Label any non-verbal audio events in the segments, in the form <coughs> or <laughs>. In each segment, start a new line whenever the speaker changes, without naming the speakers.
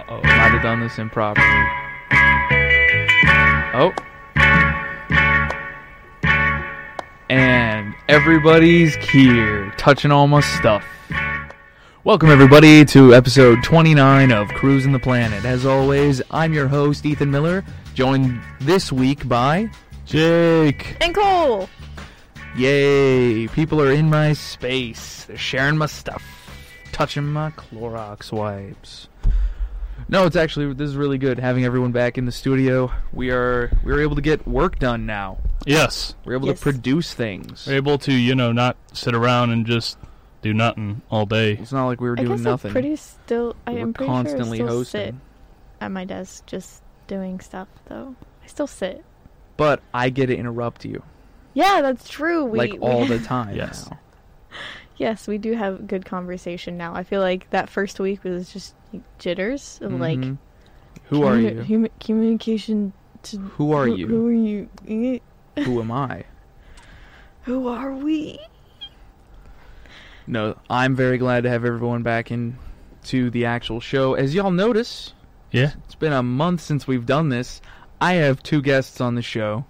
have done this improperly. Oh. And everybody's here, touching all my stuff. Welcome, everybody, to episode 29 of Cruising the Planet. As always, I'm your host, Ethan Miller, joined this week by Jake.
And Cole.
Yay, people are in my space. They're sharing my stuff, touching my Clorox wipes. No, it's actually this is really good having everyone back in the studio. We are we were able to get work done now.
Yes.
We're able
Yes.
to produce things.
We're able to, you know, not sit around and just do nothing all day.
It's not like we were
I guess
doing nothing.
I'm pretty still. I
we were
am pretty
constantly
sure I still sit
hosting.
at my desk just doing stuff though. I still sit.
But I get to interrupt you
Yeah, that's true. We,
like
we-
all
<laughs>
the time.
Yes.
now.
yes, we do have good conversation now. I feel like that first week was just like, jitters of like
Mhm. who are
commu-
you?
hum- communication to
Who are
who,
you?
Who are you? Eh,
Who am I?
Who are we?
No, I'm very glad to have everyone back in to the actual show. As y'all notice,
Yeah.
it's been a month since we've done this. I have two guests on the show,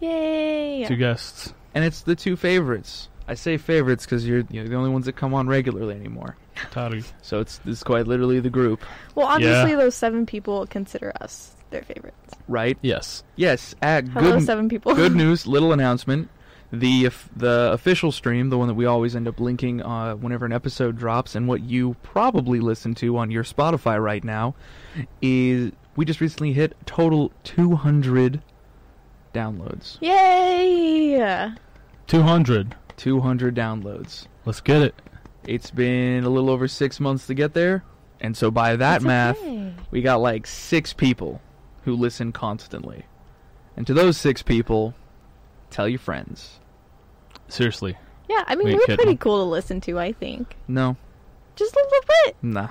Yay!
Two guests.
and it's the two favorites. I say favorites because you're, you're the only ones that come on regularly anymore.
Toddy.
So it's this is quite literally the group,
Well, obviously
Yeah.
those seven people consider us their favorites.
right?
Yes.
Yes. At
Hello,
good
seven
<coughs>
people.
good
<laughs>
news, little announcement. The of- the official stream, the one that we always end up linking uh, whenever an episode drops, and what you probably listen to on your Spotify right now, is we just recently hit total 200 downloads.
Yay!
200.
200 downloads.
Let's get it.
It's been a little over six months to get there, and so by that
It's
math,
okay.
we got like six people who listen constantly. And to those six people, tell your friends.
Seriously.
Yeah, I mean,
Wait,
we're
kid.
pretty cool to listen to, I think.
No,
Just a little bit.
Nah,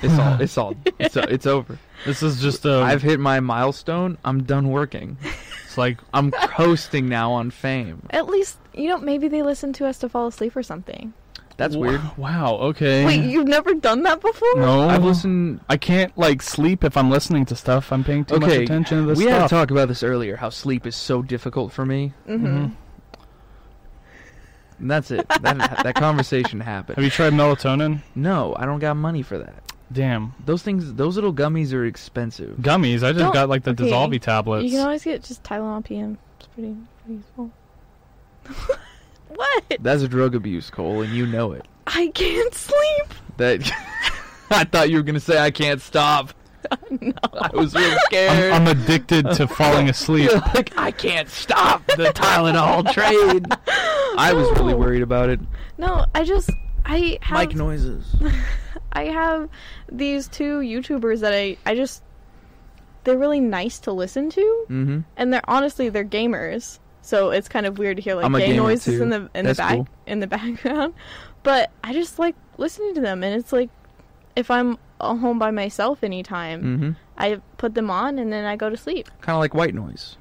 it's all it's <laughs> all it's, it's over.
This is just uh
I've hit my milestone. I'm done working.
it's like
<laughs> I'm coasting now on fame.
At least, you know, maybe they listen to us to fall asleep or something.
That's
Wha-
weird.
Wow, okay.
Wait, you've never done that before?
no.
I've listened.
I can't like sleep if I'm listening to stuff. I'm paying too much
Okay,
attention to this
we had to
stuff.
talk about this earlier. How sleep is so difficult for me.
Mm-hmm.
And that's <laughs> it. That that conversation happened.
Have you tried melatonin?
no, I don't got money for that.
Damn.
Those things, those little gummies are expensive.
Gummies. I just
Don't-
got like the
okay.
Dissolvy tablets.
You can always get just Tylenol PM. It's pretty, pretty useful. <laughs> what?
That's a drug abuse, Cole, and you know it.
I can't sleep. <laughs>
That <laughs> I thought you were gonna say I can't stop. no, I was
<laughs>
really scared.
I'm, I'm addicted to falling asleep.
You're <laughs> like, I can't stop the
<laughs>
Tylenol train. I was really
No.
worried about it.
No, I just, I have.
Mike noises.
<laughs> I have these two YouTubers that I, I just, they're really nice to listen to,
Mm-hmm.
and they're honestly they're gamers, so it's kind of weird to hear like
I'm a
gay
gamer,
noises
too.
in the in
That's
the back
cool.
in the <laughs> background. But I just like listening to them, and it's like if I'm uh, home by myself anytime,
Mm-hmm.
I put them on and then I go to sleep.
Kind of like white noise,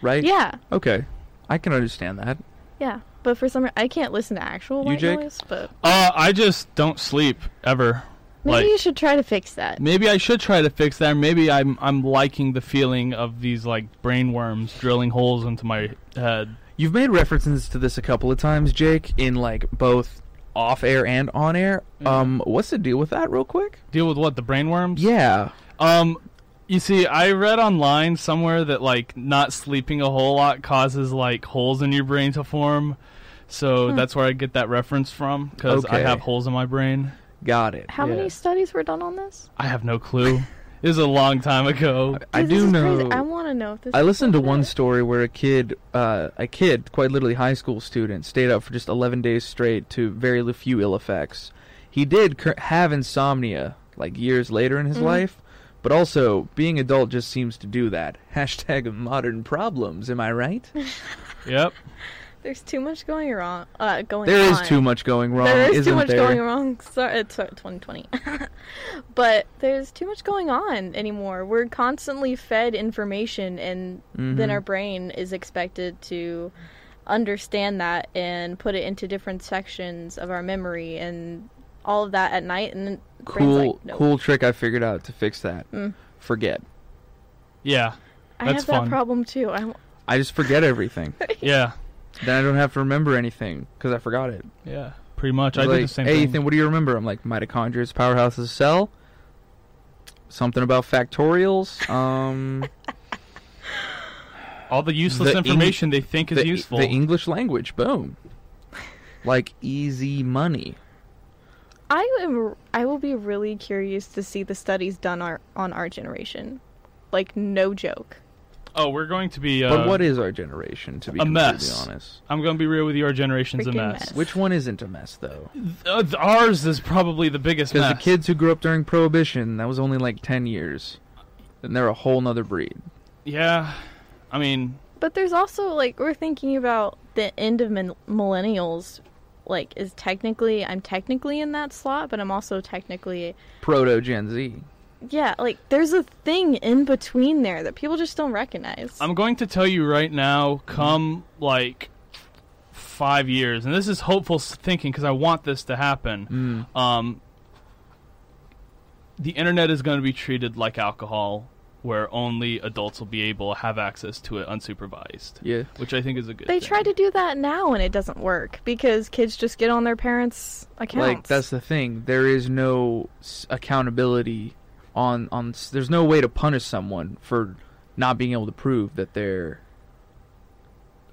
right?
yeah,
Okay, I can understand that.
yeah. But for some reason, I can't listen to actual
You,
white
Jake?
noise. But
Uh, I just don't sleep ever.
maybe
like,
you should try to fix that.
Maybe I should try to fix that. or Maybe I'm I'm liking the feeling of these like brain worms drilling holes into my head.
You've made references to this a couple of times, Jake, in like both off air and on air.
Mm-hmm.
Um, what's the deal with that, real quick?
Deal with what the brain worms?
Yeah.
Um, you see, I read online somewhere that like not sleeping a whole lot causes like holes in your brain to form. So that's where I get that reference from because I
Hmm. Okay.
have holes in my brain.
Got it.
How
Yeah.
many studies were done on this?
I have no clue.
<laughs>
it was a long time ago.
I
Dude, this
do
is
know.
crazy. I want to know if this.
I
is
listened to
legit.
one story where a kid, uh, a kid, quite literally high school student, stayed up for just 11 days straight to very li- few ill effects. He did cur- have insomnia like years later in his
Mhm.
life, but also being adult just seems to do that. <laughs> Hashtag modern problems. Am I right?
Oh
Yep.
There's too much going wrong. Uh, going
There is
on.
too much going wrong,
There is
isn't
too much
there?
going wrong. Sorry, it's uh, 2020. <laughs> but there's too much going on anymore. We're constantly fed information, and then
Mhm.
our brain is expected to understand that and put it into different sections of our memory and all of that at night. And then brain's
cool,
like, no.
cool trick I figured out to fix that.
Mm.
forget. <laughs>
Yeah.
I
That's
have that
fun.
problem too. I,
I just forget
<laughs>
everything.
Yeah.
then I don't have to remember anything because I forgot it.
Yeah. Pretty much. I
Like,
did the same
hey,
thing.
Ethan, what do you remember? I'm like mitochondria is powerhouse of the cell. Something about
<laughs>
factorials. Um,
All the useless
The Eng-
information they think is
the, e
useful.
the English language. Boom. Like easy money.
I am. I will be really curious to see the studies done our, on our generation. Like no joke.
oh, we're going to be. Uh,
but what is our generation? To be
a
completely
mess.
honest,
I'm going to be real with you. Our generation's a
Freaking
mess.
which one isn't a mess though?
Uh, th- ours is probably the biggest
Because
mess.
the kids who grew up during Prohibition, that was only like ten years, and they're a whole nother breed.
Yeah. I mean,
But there's also like we're thinking about the end of min- millennials. Like is technically I'm technically in that slot, but I'm also technically
Proto Gen Z.
yeah. Like there's a thing in between there that people just don't recognize.
I'm going to tell you right now, come like five years, and this is hopeful s- thinking because I want this to happen.
Mm.
Um, the internet is going to be treated like alcohol, where only adults will be able to have access to it unsupervised,
Yeah.
which I think is a good.
they
thing.
try to do that now and it doesn't work because kids just get on their parents' accounts.
Like that's the thing. There is no s- accountability on on. s- There's no way to punish someone for not being able to prove that they're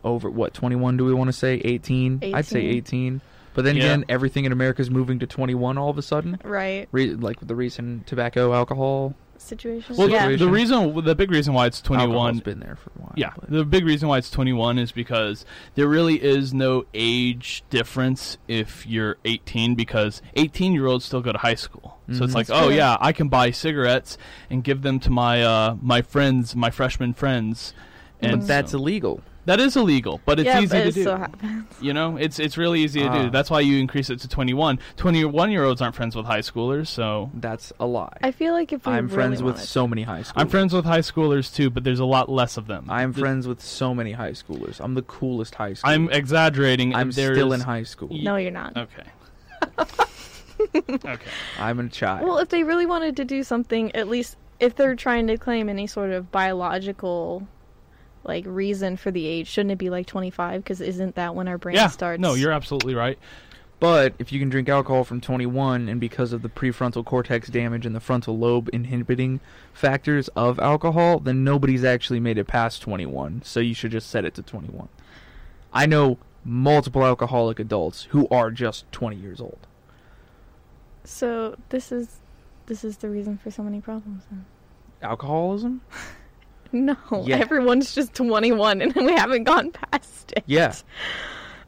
over what 21 do we want to say 18? I'd say
18.
18. But then
Yeah.
again, everything in America is moving to 21 all of a sudden.
right
Re- like with the recent tobacco, alcohol.
situation.
Well,
yeah.
the, the reason, the big reason why it's 21
Alcohol's been there for a while.
Yeah,
but-
the big reason why it's 21 is because there really is no age difference if you're 18 because 18 year olds still go to high school. So
Mhm.
it's like,
That's
oh
true.
yeah, I can buy cigarettes and give them to my uh, my friends, my freshman friends. And
but that's
so-
illegal.
that is illegal, but it's
yeah,
easy
but
to
it
do.
still happens. <laughs>
you know, it's it's really easy to
Ah.
do. That's why you increase it to 21. 21 year olds aren't friends with high schoolers, so
That's a lie.
I feel like if we
I'm
really
friends with
wanted-
so many high schoolers.
I'm friends with high schoolers too, but there's a lot less of them.
I'm
Th-
friends with so many high schoolers. I'm the coolest high schooler.
I'm exaggerating.
I'm
There
still in
is-
high school.
no, you're not. <laughs>
Okay. okay.
I'm a child.
Well, if they really wanted to do something, at least if they're trying to claim any sort of biological like reason for the age, shouldn't it be like 25 cuz isn't that when our brain
yeah.
starts?
No, you're absolutely right.
but if you can drink alcohol from 21 and because of the prefrontal cortex damage and the frontal lobe inhibiting factors of alcohol, then nobody's actually made it past 21. So you should just set it to 21. I know multiple alcoholic adults who are just 20 years old.
So, this is this is the reason for so many problems. Then. <laughs>
Alcoholism?
No,
Yeah.
everyone's just 21 and we haven't gone past it. <laughs> Oh.
Yeah.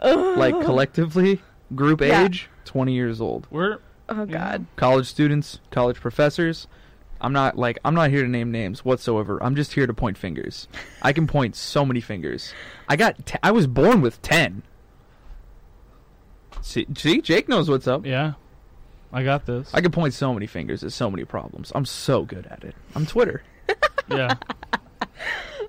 Ugh. <laughs>
Like collectively, group
Yeah.
age, 20 years old.
We're
Oh god.
college students, college professors. I'm not like I'm not here to name names whatsoever. I'm just here to point fingers. I can point so many fingers. I got t- I was born with 10. See, see Jake knows what's up.
yeah. I got this.
I can point so many fingers at so many problems. I'm so good at it. I'm Twitter.
yeah.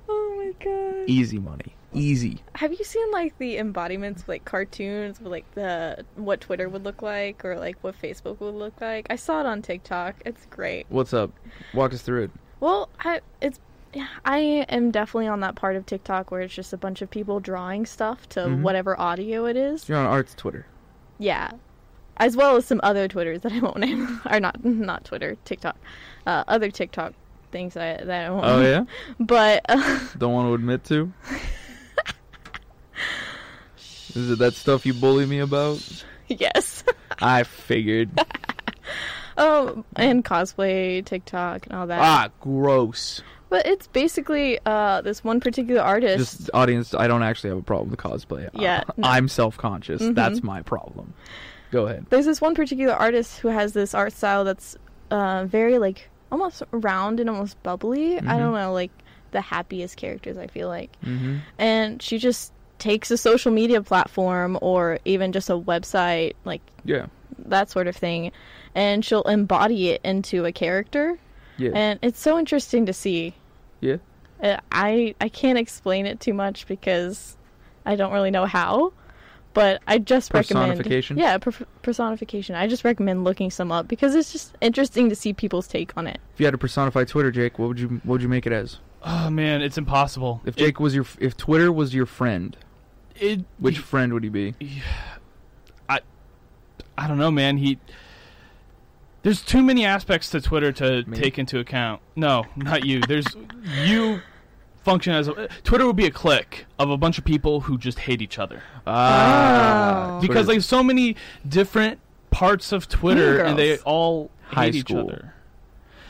Oh my
E
god.
Easy money. Easy.
Have you seen like the embodiments of, like cartoons with like the what Twitter would look like or like what Facebook would look like? I saw it on TikTok. It's great.
What's up? Walk us through it.
Well, I it's yeah, I am definitely on that part of TikTok where it's just a bunch of people drawing stuff to
Mhm.
whatever audio it is.
You're on Arts Twitter.
Yeah. As well as some other Twitters that I won't name <laughs> or not not Twitter, TikTok. Uh, other TikTok things that I, that I won't
Oh
name.
yeah?
<laughs> But
Don't want to admit <laughs> to? Is it that stuff you bully me about?
yes. <laughs>
I figured.
Um and cosplay, TikTok and all that.
Ah, gross.
But it's basically uh, this one particular artist.
Just audience, I don't actually have a problem with cosplay. I-
Yeah, no.
<laughs> I'm self-conscious.
Mhm.
That's my problem. Go ahead.
There's this one particular artist who has this art style that's uh, very like almost round and almost bubbly. I
Mhm.
don't know, like the happiest characters. I feel like,
Mm-hmm.
and she just takes a social media platform or even just a website, like
Yeah,
that sort of thing, and she'll embody it into a character.
yeah,
And it's so interesting to see.
yeah.
Uh, I I can't explain it too much because I don't really know how, But I just
Personification?
recommend yeah per- personification. I just recommend looking some up because it's just interesting to see people's take on it.
If you had to personify Twitter, Jake, what would you what would you make it as?
Oh man, it's impossible.
If Jake was your if Twitter was your friend,
it, it-
<laughs>
which friend would he be?
I I don't know, man. He there's too many aspects to Twitter to
Me?
take into account. No, not you. There's you function as a, Twitter would be a clique of a bunch of people who just hate each other
Ah.
Ah, Twitter-
because like so many different parts of Twitter and they
girls.
all
High
hate
school.
each other.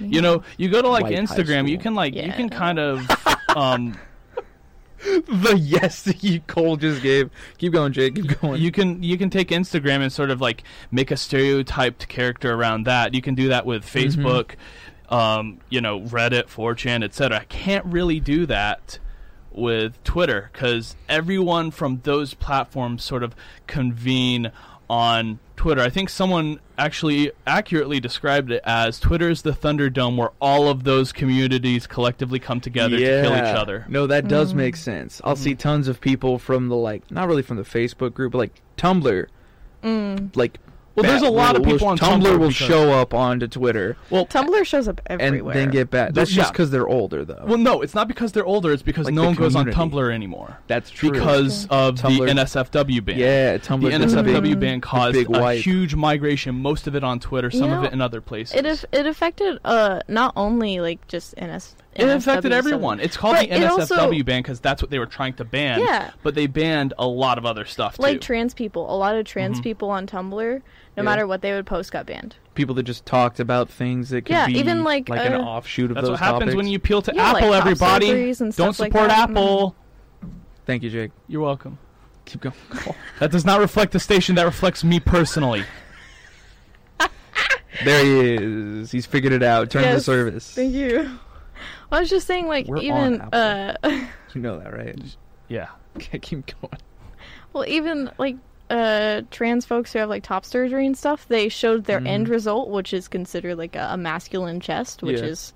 You know, you go to like
White high
Instagram, you
school.
can like you
Yeah.
can kind of um
<laughs> the yes that you Cole just gave. Keep going, Jake. Keep going.
you can you can take Instagram and sort of like make a stereotyped character around that. You can do that with
Mm-hmm.
Facebook, um, you know, Reddit, 4chan, etc. I can't really do that with Twitter because everyone from those platforms sort of convene on Twitter. I think someone actually accurately described it as Twitter is the Thunderdome where all of those communities collectively come together to kill each other. Mm-hmm.
No, that
Mm-hmm.
does make sense. I'll see tons of people from the like, not really from the Facebook group, but like Tumblr.
Mm.
Like,
Well, there's a lot of
will- will-
people on
Tumblr,
Tumblr
will
because-
show up onto Twitter
Well,
Tumblr shows up
and
everywhere.
then get back. That's
Yeah.
just because they're older, though.
Well, no, it's not because they're older. It's because
Like
no
the
one goes on
community.
Tumblr anymore
That's true.
because of
Tumblr-
the NSFW ban.
yeah,
The
Tumblr.
NSFW ban caused
big
a
wipe.
huge migration, most of it on Twitter, some
You
of
know,
it in other places.
It af- it affected uh not only like just NS.
It affected
NSW, so-
everyone. It's called
But
the
it
NSFW
also-
ban because that's what they were trying to ban.
Yeah.
But they banned a lot of other stuff too.
Like trans people, a lot of trans people on Tumblr, no
Mm-hmm. Yeah.
matter what they would post, got banned.
People that just talked about things that could
Yeah,
be
even, like,
an
uh,
offshoot of
that's
those
what happens
topics.
when you appeal to
Yeah, like
Apple.
top
everybody,
surgeries and
don't
stuff like
support
that. Mhm.
Apple.
Thank you, Jake.
You're welcome.
Keep going.
That does not reflect the station. That reflects me personally.
there he is. He's figured it out. Turn the
Yes.
service.
Thank you. <laughs> I was just saying, like
We're on
even
Apple.
uh, <laughs>
You know that, right? <laughs>
Yeah.
Okay, keep going.
well, even like uh, trans folks who have like top surgery and stuff, they showed their
Mhm.
end result, which is considered like a, a masculine chest, which
Yeah.
is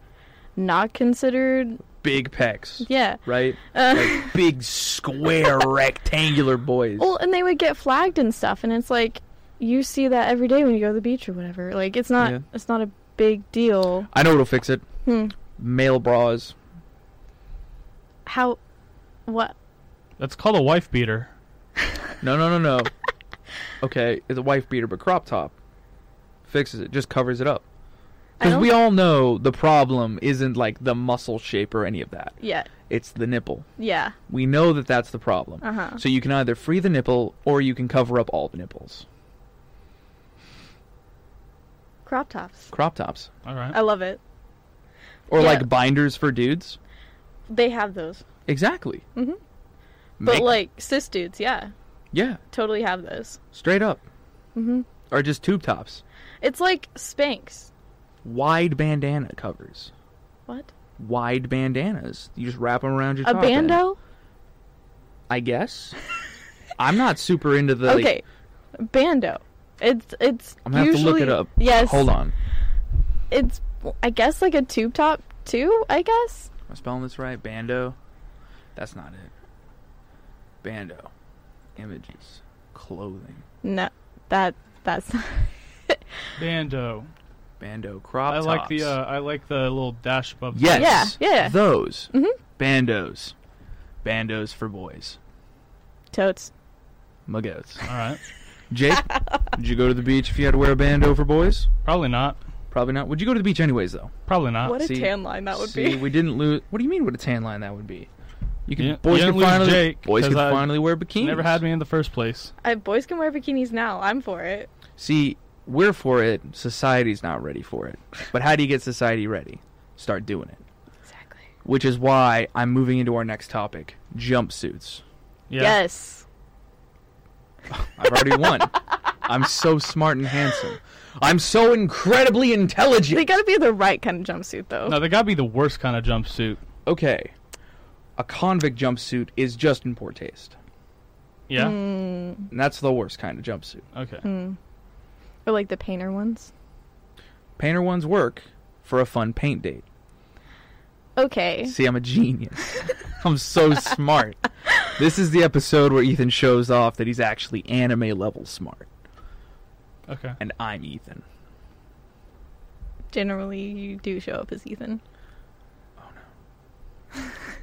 not considered.
Big pecs.
Yeah.
right?
Uh,
Like big square rectangular boys.
<laughs> Well, and they would get flagged and stuff, and it's like you see that every day when you go to the beach or whatever. Like it's not
Yeah.
it's not a big deal.
I know what'll fix it.
Hmm.
Male bras.
How? What?
That's called a wife beater.
No, no, no,
<laughs>
no. okay, it's a wife beater, but crop top fixes it. Just covers it up.
I
Because
don't-
we all know the problem isn't like the muscle shape or any of that.
Yeah.
It's the nipple.
Yeah.
We know that that's the problem.
Uh huh.
So you can either free the nipple or you can cover up all the nipples.
Crop tops.
Crop tops.
All right.
I love it.
Or
Yeah.
like binders for dudes.
They have those.
Exactly.
Mhm.
Make-
But like cis dudes, yeah,
yeah,
totally have those.
straight up.
Mhm.
Or just tube tops.
It's like Spanx.
wide bandana covers.
What?
Wide bandanas. You just wrap them around your
A
top end.
bando?
I guess. <laughs> I'm not super into the. like-
Okay, bando. It's it's
I'm gonna have to look
usually
it up.
Yes.
Hold on.
It's I guess like a tube top too. I guess.
Am I spelling this right? Bando. That's not it. Bando. Images. Clothing.
No, that that's
Bando.
Bando crop
I
tops.
like the uh, I like the little dash above. <laughs>
Yes.
Yeah, yeah.
Those.
Mhm.
Bandos. Bandos for boys.
<laughs> totes.
Muggos.
All right.
Jake, <laughs> would you go to the beach if you had to wear a bando for boys?
Probably not.
Probably not. Would you go to the beach anyways, though?
Probably not.
What a
Ah, see-
tan line that would
See,
be.
we didn't lose. What do you mean? What a tan line that would be? You can
Yeah,
boys
you
can
didn't lose
finally
Jake,
boys
'cause
can
I
finally wear bikinis.
Never had me in the first place.
<laughs> I, boys can wear bikinis now. I'm for it.
See, we're for it. Society's not ready for it. But how do you get society ready? Start doing it.
Exactly.
Which is why I'm moving into our next topic: jumpsuits.
Yeah.
Yes.
I've already
<laughs>
won. I'm so smart and handsome. I'm so incredibly
They
intelligent.
gotta be the right kind of jumpsuit though.
Oh,
No, they gotta be the worst kind of jumpsuit.
Okay, a convict jumpsuit is just in poor taste,
Yeah.
Mm,
and that's the worst kind of jumpsuit.
Okay.
mm. Or like the painter ones.
Painter ones work for a fun paint date. <laughs>
Okay.
See, I'm a genius. I'm so smart. this is the episode where Ethan shows off that he's actually anime level smart,
Okay.
and I'm Ethan.
Generally, you do show up as Ethan.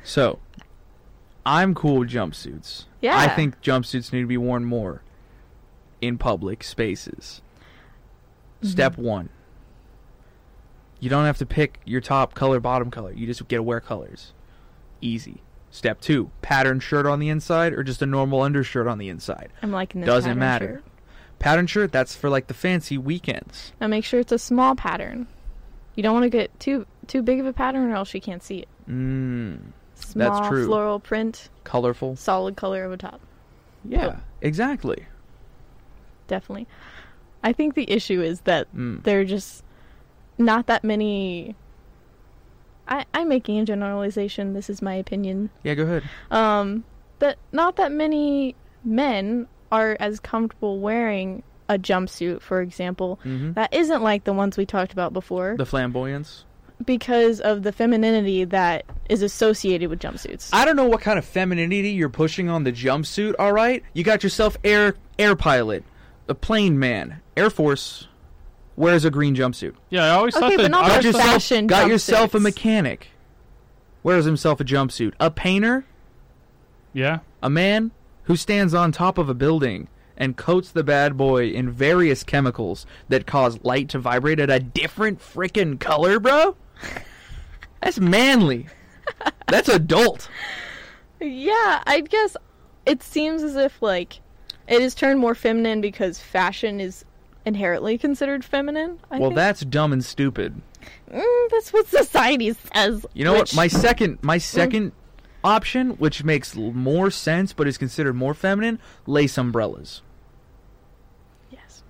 So, I'm cool with jumpsuits.
Yeah.
I think jumpsuits need to be worn more in public spaces. Step one. You don't have to pick your top color, bottom color. You just get to wear colors. Easy. Step two. Pattern shirt on the inside or just a normal undershirt on the inside.
I'm liking this.
Doesn't
pattern
matter.
shirt.
Pattern shirt, that's for like the fancy weekends.
Now make sure it's a small pattern. You don't want to get too too big of a pattern, or else you can't see it.
Mmm.
Small
true.
floral print,
Colorful.
solid color over top. Oh.
Yeah. Exactly.
Definitely. I think the issue is that
Mm.
there are just not that many. I, I'm making a generalization. This is my opinion.
Yeah, go ahead.
Um, that not that many men are as comfortable wearing a jumpsuit, for example,
hmm
that isn't like the ones we talked about before
The flamboyance.
because of the femininity that is associated with jumpsuits.
I don't know what kind of femininity you're pushing on the jumpsuit. All right, you got yourself air air pilot, a plane man, Air Force wears a green jumpsuit.
Yeah, I always
Okay,
thought
but
that.
not
I
for
always thought-
fashion.
got yourself a
jumpsuits.
mechanic, wears himself a jumpsuit. A painter,
Yeah.
a man who stands on top of a building and coats the bad boy in various chemicals that cause light to vibrate at a different frickin' color, bro. That's manly. That's adult.
Yeah, I guess it seems as if like it is turned more feminine because fashion is inherently considered feminine. I
well,
think.
that's dumb and stupid.
mm, that's what society says.
You know
which-
what? My second, my second option, which makes l- more sense but is considered more feminine, lace umbrellas.
yes,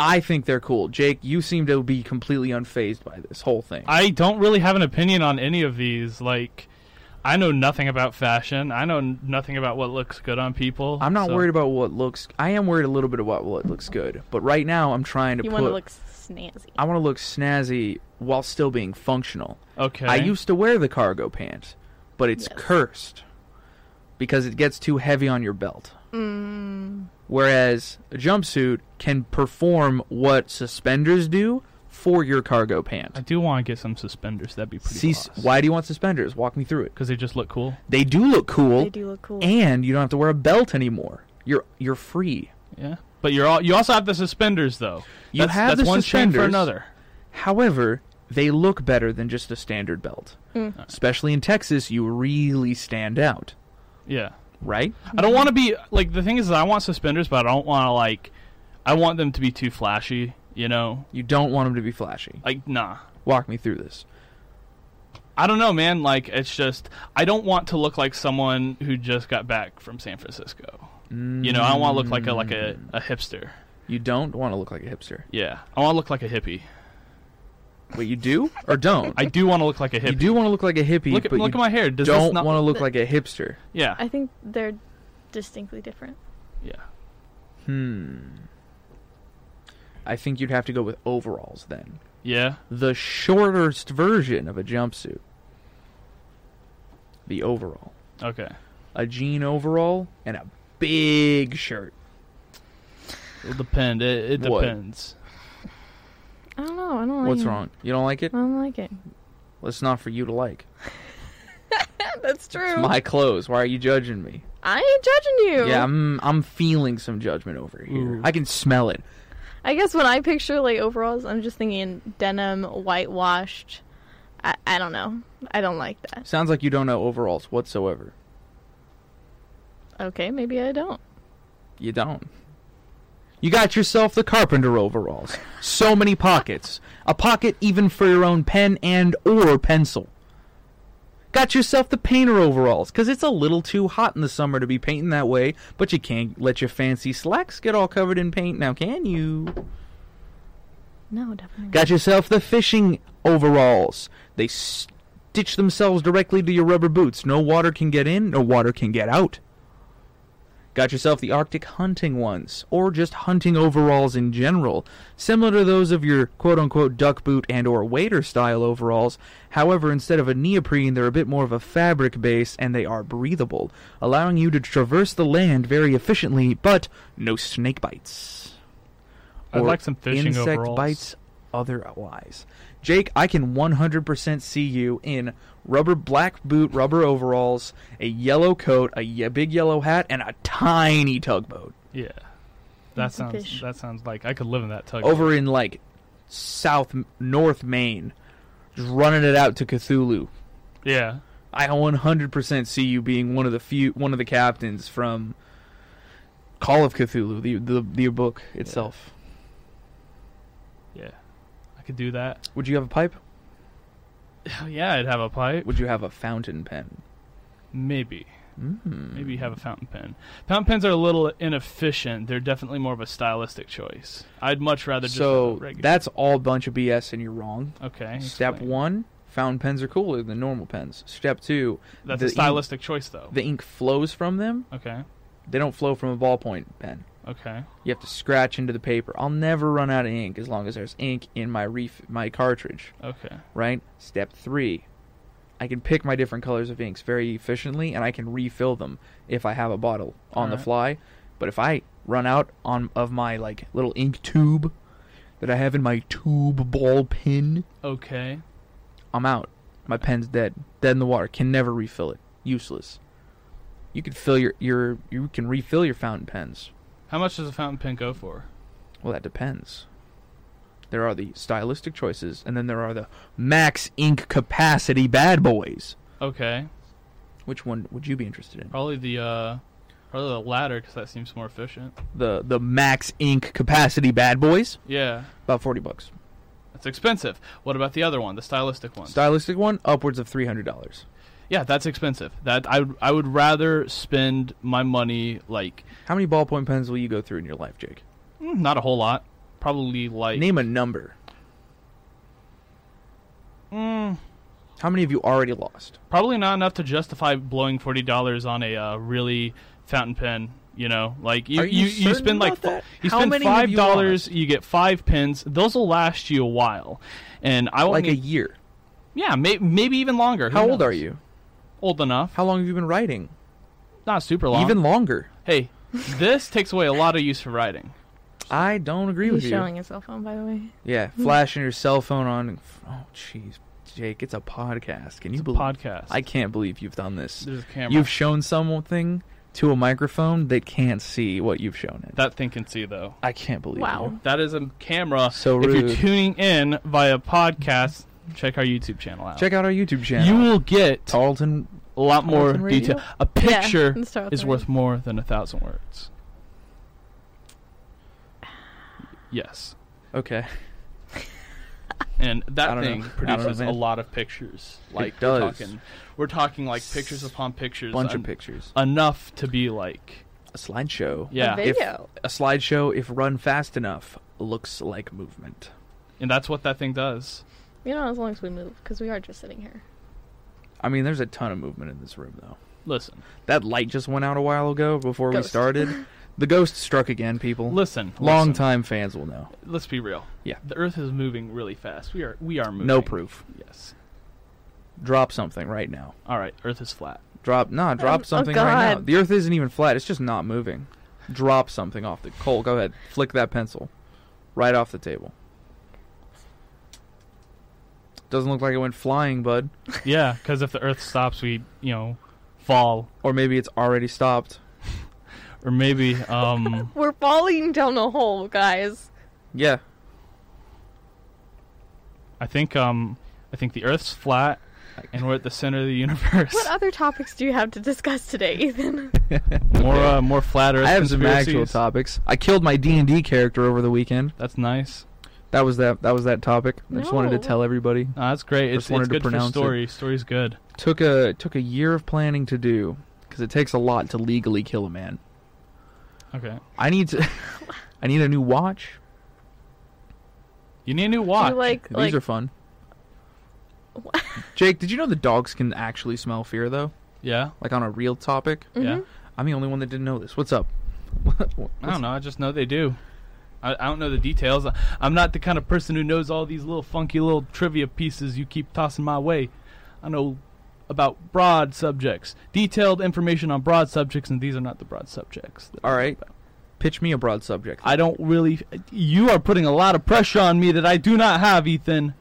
I think they're cool. Jake, you seem to be completely unfazed by this whole thing.
I don't really have an opinion on any of these. Like, I know nothing about fashion. I know n- nothing about what looks good on people.
I'm not
so-
worried about what looks. I am worried a little bit about what looks good, but right now I'm trying to
you
put.
want to look snazzy.
I want to look snazzy while still being functional.
Okay.
I used to wear the cargo pants, but it's
Yes.
cursed because it gets too heavy on your belt.
Mm,
whereas a jumpsuit can perform what suspenders do for your cargo
I
pant.
do want to get some suspenders. That'd be pretty.
See, why do you want suspenders? Walk me through it.
Because they just look cool.
They do look cool,
they do look cool.
and you don't have to wear a belt anymore. You're you're free.
Yeah. But you're all. You also have the suspenders though.
You
that's,
have
that's
the
one chain
suspenders.
for another.
However, they look better than just a standard belt.
Mm.
Especially in Texas, you really stand out,
Yeah.
right?
I don't want to be like the thing is I want suspenders, but I don't want to like. I want them to be too flashy. You know,
You don't want them to be flashy.
like nah.
Walk me through this.
I don't know, man. Like it's just I don't want to look like someone who just got back from San Francisco. You know, I don't want to look like a like a, a hipster.
You don't want to look like a hipster.
Yeah, I want to look like a hippie.
Wait, you do or don't?
<laughs> I do want to look like a hippie.
you do want to look like a hippie,
look at
but you
look at my hair. Does
don't
this not,
want to look
Th-
like a hipster.
Yeah,
I think they're distinctly different.
yeah.
Hmm. I think you'd have to go with overalls then.
Yeah,
The shortest version of a jumpsuit. The overall.
okay.
A jean overall and a big shirt.
It'll depend. It, it
What?
depends.
I don't know. I don't like.
What's
it.
wrong? You don't like it?
I don't like it. <laughs>
Well, it's not for you to like.
That's true.
It's my clothes. Why are you judging me?
I ain't judging you.
Yeah, I'm I'm feeling some judgment over here.
Ooh.
I can smell it.
I guess when I picture like overalls, I'm just thinking denim, whitewashed. I, I don't know. I don't like that.
Sounds like you don't know overalls whatsoever.
Okay, maybe I don't.
You don't. You got yourself the carpenter overalls. So many pockets. A pocket even for your own pen and or pencil. Got yourself the painter overalls, 'cause it's a little too hot in the summer to be painting that way, but you can't let your fancy slacks get all covered in paint now, can you?
No, definitely.
Got yourself the fishing overalls. They stitch themselves directly to your rubber boots. No water can get in, no water can get out. Got yourself the Arctic hunting ones, or just hunting overalls in general, similar to those of your quote-unquote duck boot and or waiter style overalls. However, instead of a neoprene, they're a bit more of a fabric base and they are breathable, allowing you to traverse the land very efficiently, but no snake bites.
I'd
or
like some fishing
insect
overalls.
bites otherwise. Jake, I can 100% see you in rubber black boot, rubber overalls, a yellow coat, a ye- big yellow hat, and a tiny tugboat
Yeah,
And
that
some
sounds
fish.
that sounds like I could live in that tug.
over in like south north Maine, just running it out to Cthulhu.
Yeah,
I 100% see you being one of the few, one of the captains from Call of Cthulhu, the the, the book itself.
yeah, I could do that.
Would you have a pipe?
yeah, I'd have a pipe.
Would you have a fountain pen?
Maybe.
Mm.
Maybe you have a fountain pen. Fountain pens are a little inefficient. They're definitely more of a stylistic choice. I'd much rather just have a
so
regular.
that's all bunch of BS, and you're wrong.
okay.
Step
explain.
one, fountain pens are cooler than normal pens. Step two,
That's
the
a
ink-
stylistic choice, though.
the ink flows from them.
okay.
They don't flow from a ballpoint pen.
Okay.
You have to scratch into the paper. I'll never run out of ink as long as there's ink in my reef my cartridge.
Okay.
Right. Step three, I can pick my different colors of inks very efficiently, and I can refill them if I have a bottle on the
Alright.
fly. But if I run out on of my like little ink tube that I have in my tube ball pin,
Okay.
I'm out. My pen's dead. Dead in the water. Can never refill it. Useless. You can fill your your you can refill your fountain pens.
How much does a fountain pen go for?
Well, that depends. There are the stylistic choices, and then there are the max ink capacity bad boys.
Okay.
Which one would you be interested in?
Probably the uh, probably the latter because that seems more efficient.
The the max ink capacity bad boys?
Yeah.
About forty bucks.
That's expensive. What about the other one, the stylistic one?
Stylistic one, upwards of three hundred dollars.
yeah, that's expensive. That I would- I would rather spend my money like
How many ballpoint pens will you go through in your life, Jake?
mm, not a whole lot. Probably like
Name a number.
mm,
How many have you already lost?
probably not enough to justify blowing forty dollars on a uh, really fountain pen. You know, like you
Are you
you,
certain
spend like
about that?
fi- you
How
spend
many have
five
you
dollars, you, get five pins. Those will last you a while, and I
Like
won't
a
need-
year.
yeah, may- maybe even longer. Who
How old
knows?
are you?
Old enough?
How long have you been writing?
Not super long.
Even longer.
hey, this takes away a lot of use for writing.
I don't agree
He's
with you.
showing Hmm. his cell phone, by the way.
Yeah, flashing your cell phone on. Oh, jeez, Jake, it's a podcast. Can you
It's a
believe?
podcast.
I can't believe you've done this.
There's a camera.
You've shown something to a microphone that can't see what you've shown it.
that thing can see though.
I can't believe.
Wow.
you.
That is a camera.
So
if you're
rude.
tuning in via podcast, check our YouTube channel out.
Check out our YouTube channel.
you will get
Tarleton.
a lot more
Tarleton Radio?
detail. A
Yeah,
picture
let's start with
is
that.
worth more than a thousand words. Yes,
Okay.
and
I
that
don't
thing
know. I don't know,
produces a
man.
lot of pictures.
It
Like we're
does.
talking, we're talking like pictures upon pictures.
Bunch
en-
of pictures.
Enough to be like,
A slideshow.
yeah,
A video.
A slideshow, if run fast enough, looks like movement.
and that's what that thing does.
You know, as long as we move, because we are just sitting here.
I mean, there's a ton of movement in this room, though.
Listen,
That light just went out a while ago before we
Ghost. <laughs>
started. The ghost struck again, people.
listen,
Long
listen.
time fans will know.
Let's be real.
Yeah.
the Earth is moving really fast. We are, we are moving.
No proof.
Yes.
Drop something right now.
All right. Earth is flat.
Drop nah, drop
oh
something right now.
God.
The earth isn't even flat, it's just not moving. Drop something off the Cole, go ahead. Flick that pencil. Right off the table. Doesn't look like it went flying, bud.
<laughs> Yeah, because if the Earth stops, we you know fall,
Or maybe it's already stopped.
or maybe um
We're falling down a hole, guys.
Yeah.
I think um I think the Earth's flat, and we're at the center of the universe.
What other topics do you have to discuss today, Ethan?
<laughs>
<laughs>
<laughs> more uh, more flat Earth.
I have some actual
conspiracies.
topics. I killed my D and D character over the weekend.
That's nice.
That was that that was that topic. I just wanted to
No.
tell everybody.
No, that's great. It's,
Just wanted
it's
to
good for
pronounce it.
story. Story's good.
took a took a year of planning to do because it takes a lot to legally kill a man.
Okay.
I need to. <laughs> I need a new watch.
You need a new watch.
You like
These
like
are fun.
<laughs>
Jake, did you know the dogs can actually smell fear though?
yeah.
Like on a real topic,
Yeah.
mhm.
I'm the only one that didn't know this. What's up? <laughs>
I don't know. I just know they do. I, I don't know the details. I, I'm not the kind of person who knows all these little funky little trivia pieces you keep tossing my way. I know about broad subjects, detailed information on broad subjects, and these are not the broad subjects. that
All
I know
right.
about.
Pitch me a broad subject.
I don't really. You are putting a lot of pressure on me that I do not have, Ethan.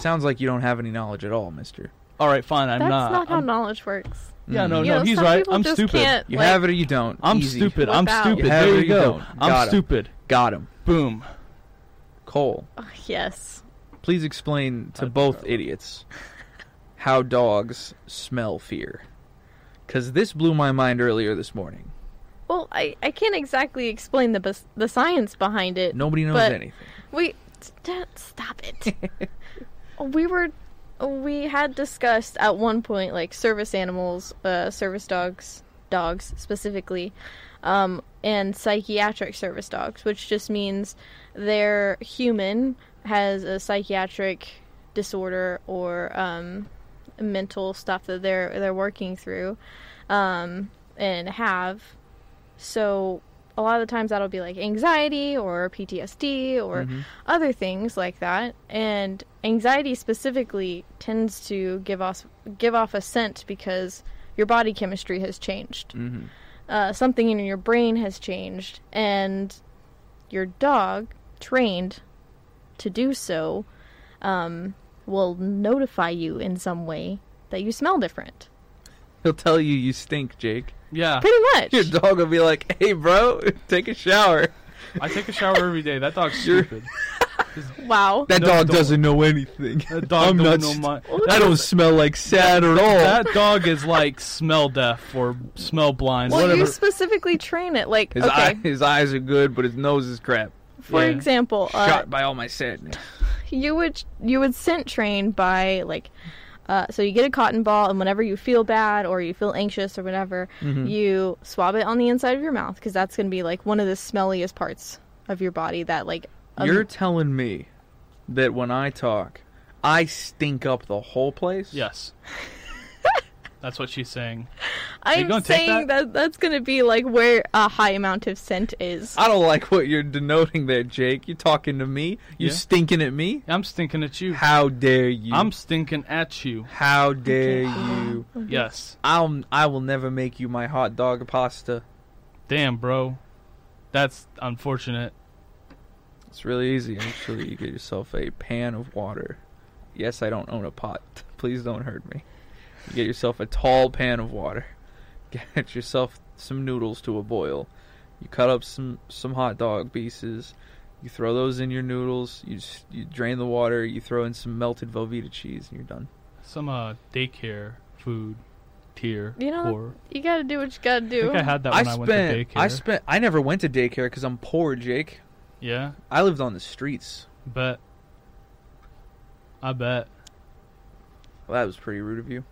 Sounds like you don't have any knowledge at all, Mister.
All right, fine. I'm
That's not, how
I'm-
knowledge works.
yeah, no,
You
no.
know,
he's
some
right.
people
I'm
just
stupid.
Can't,
You
like,
have it or you don't.
I'm
Easy.
stupid. I'm
Whip out.
stupid.
You have
There
it or
you
you
go.
don't. Got
I'm
'em.
stupid.
Got him. <laughs>
Boom.
Cole,
ugh, Yes.
please explain to
I-
both idiots how dogs smell fear. Because this blew my mind earlier this morning.
Well, I, I can't exactly explain the bes- the science behind it.
Nobody knows
But-
anything.
<laughs>
We don't stop
<laughs>
it. we were we had discussed at one point like service animals, uh, service dogs, dogs specifically, um, and psychiatric service dogs, which just means their human has a psychiatric disorder or um, mental stuff that they're they're working through um, and have. So a lot of the times that'll be like anxiety or PTSD or other things like that. And anxiety specifically tends to give us give off a scent because your body chemistry has changed.
hmm
Mm-hmm.
Uh, something in your brain has changed, and your dog trained to do so um, will notify you in some way that you smell different.
He'll tell you you stink, Jake.
Yeah.
Pretty much.
Your dog will be like, "Hey, bro, <laughs> take a shower."
I take a shower every day. That dog's
You're-
stupid.
Wow.
That
No,
dog
don't.
doesn't know anything.
That dog
I'm
don't
not
know
st-
my.
I
That,
don't smell like sad at all.
<laughs> that dog is like smell deaf or smell blind.
Well,
whatever.
you specifically train it. Like,
his
okay,
eye, his eyes are good, but his nose is crap.
for
yeah.
example, uh,
Shot by all my sadness.
you would you would scent train by like uh, so you get a cotton ball and whenever you feel bad or you feel anxious or whatever
Mm-hmm.
you swab it on the inside of your mouth because that's going to be like one of the smelliest parts of your body that like um,
You're telling me that when I talk, I stink up the whole place.
Yes. That's what she's saying. you
i'm
gonna take
saying that? that's going to be like where a high amount of scent is
I don't like what you're denoting there, Jake. You're talking to me. You
Yeah.
stinking at me.
I'm stinking at you.
How dare you?
I'm stinking at you.
How dare you?
Yes.
I'll. I will never make you my hot dog pasta.
Damn, bro. That's unfortunate.
It's really easy, actually. You get yourself a pan of water. Yes, I don't own a pot. <laughs> Please don't hurt me. You get yourself a tall pan of water. <laughs> Get yourself some noodles to a boil. You cut up some, some hot dog pieces. You throw those in your noodles. You, s- you drain the water. You throw in some melted Velveeta cheese, and you're done.
Some uh, daycare food tier.
You know,
or,
you got to do what you got to
I
do
think I had that
I
when I went to
spent.
daycare.
I spent. I never went to daycare because I'm poor, Jake.
yeah,
I lived on the streets.
bet. I bet.
Well, that was pretty rude of you.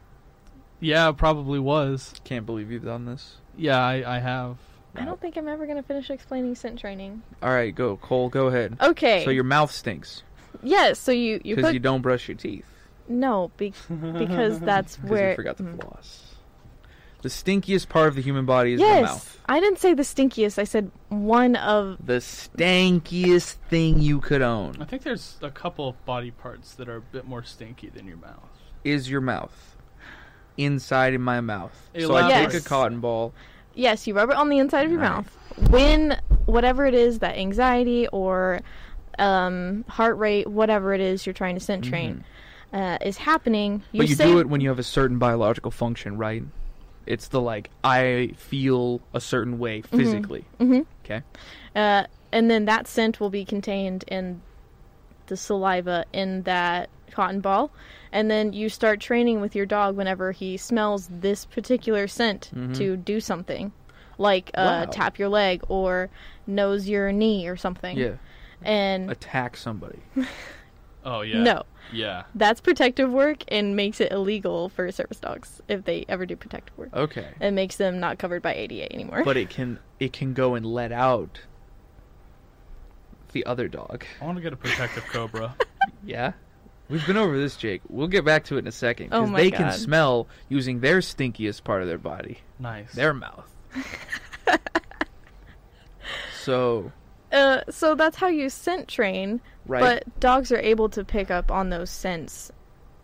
Yeah, probably was.
Can't believe you've done this.
Yeah, I, I have.
i don't think i'm ever going to finish explaining scent training
All right, go, Cole. Go ahead.
okay
So your mouth stinks
yes so you you
because
put
you don't brush your teeth
no be-
<laughs>
because that's
because
where
you forgot to
Mm.
floss. The stinkiest part of the human body is
yes
the mouth.
i didn't say the stinkiest i said one of
The stankiest thing you could
I
own
think there's a couple of body parts that are a bit more stinky than your mouth.
is your mouth. Inside in my mouth. So I
Elaborate.
take a cotton ball.
Yes, you rub it on the inside of your
Right.
mouth. When whatever it is that anxiety or um, heart rate, whatever it is you're trying to scent train, uh, is happening,
Mm-hmm.
you,
but you
say,
do it when you have a certain biological function, right? It's the like I feel a certain way physically.
Mhm.
Okay.
uh, and then that scent will be contained in the saliva in that cotton ball, and then you start training with your dog whenever he smells this particular scent to do something, like uh,
Mm-hmm. Wow.
tap your leg or nose your knee or something.
Yeah.
And
Attack somebody.
Oh, yeah.
no.
Yeah.
That's protective work and makes it illegal for service dogs if they ever do protective work.
Okay.
It makes them not covered by ADA anymore.
Uh. but it can it can go and let out the other dog.
I want to get a protective
<laughs>
cobra.
Yeah. We've been over this, Jake. We'll get back to it in a second.
Oh
Because
my
they can
God.
smell using their stinkiest part of their body,
Nice.
<laughs>
their mouth. So,
Uh, so that's how you scent train,
right
but dogs are able to pick up on those scents.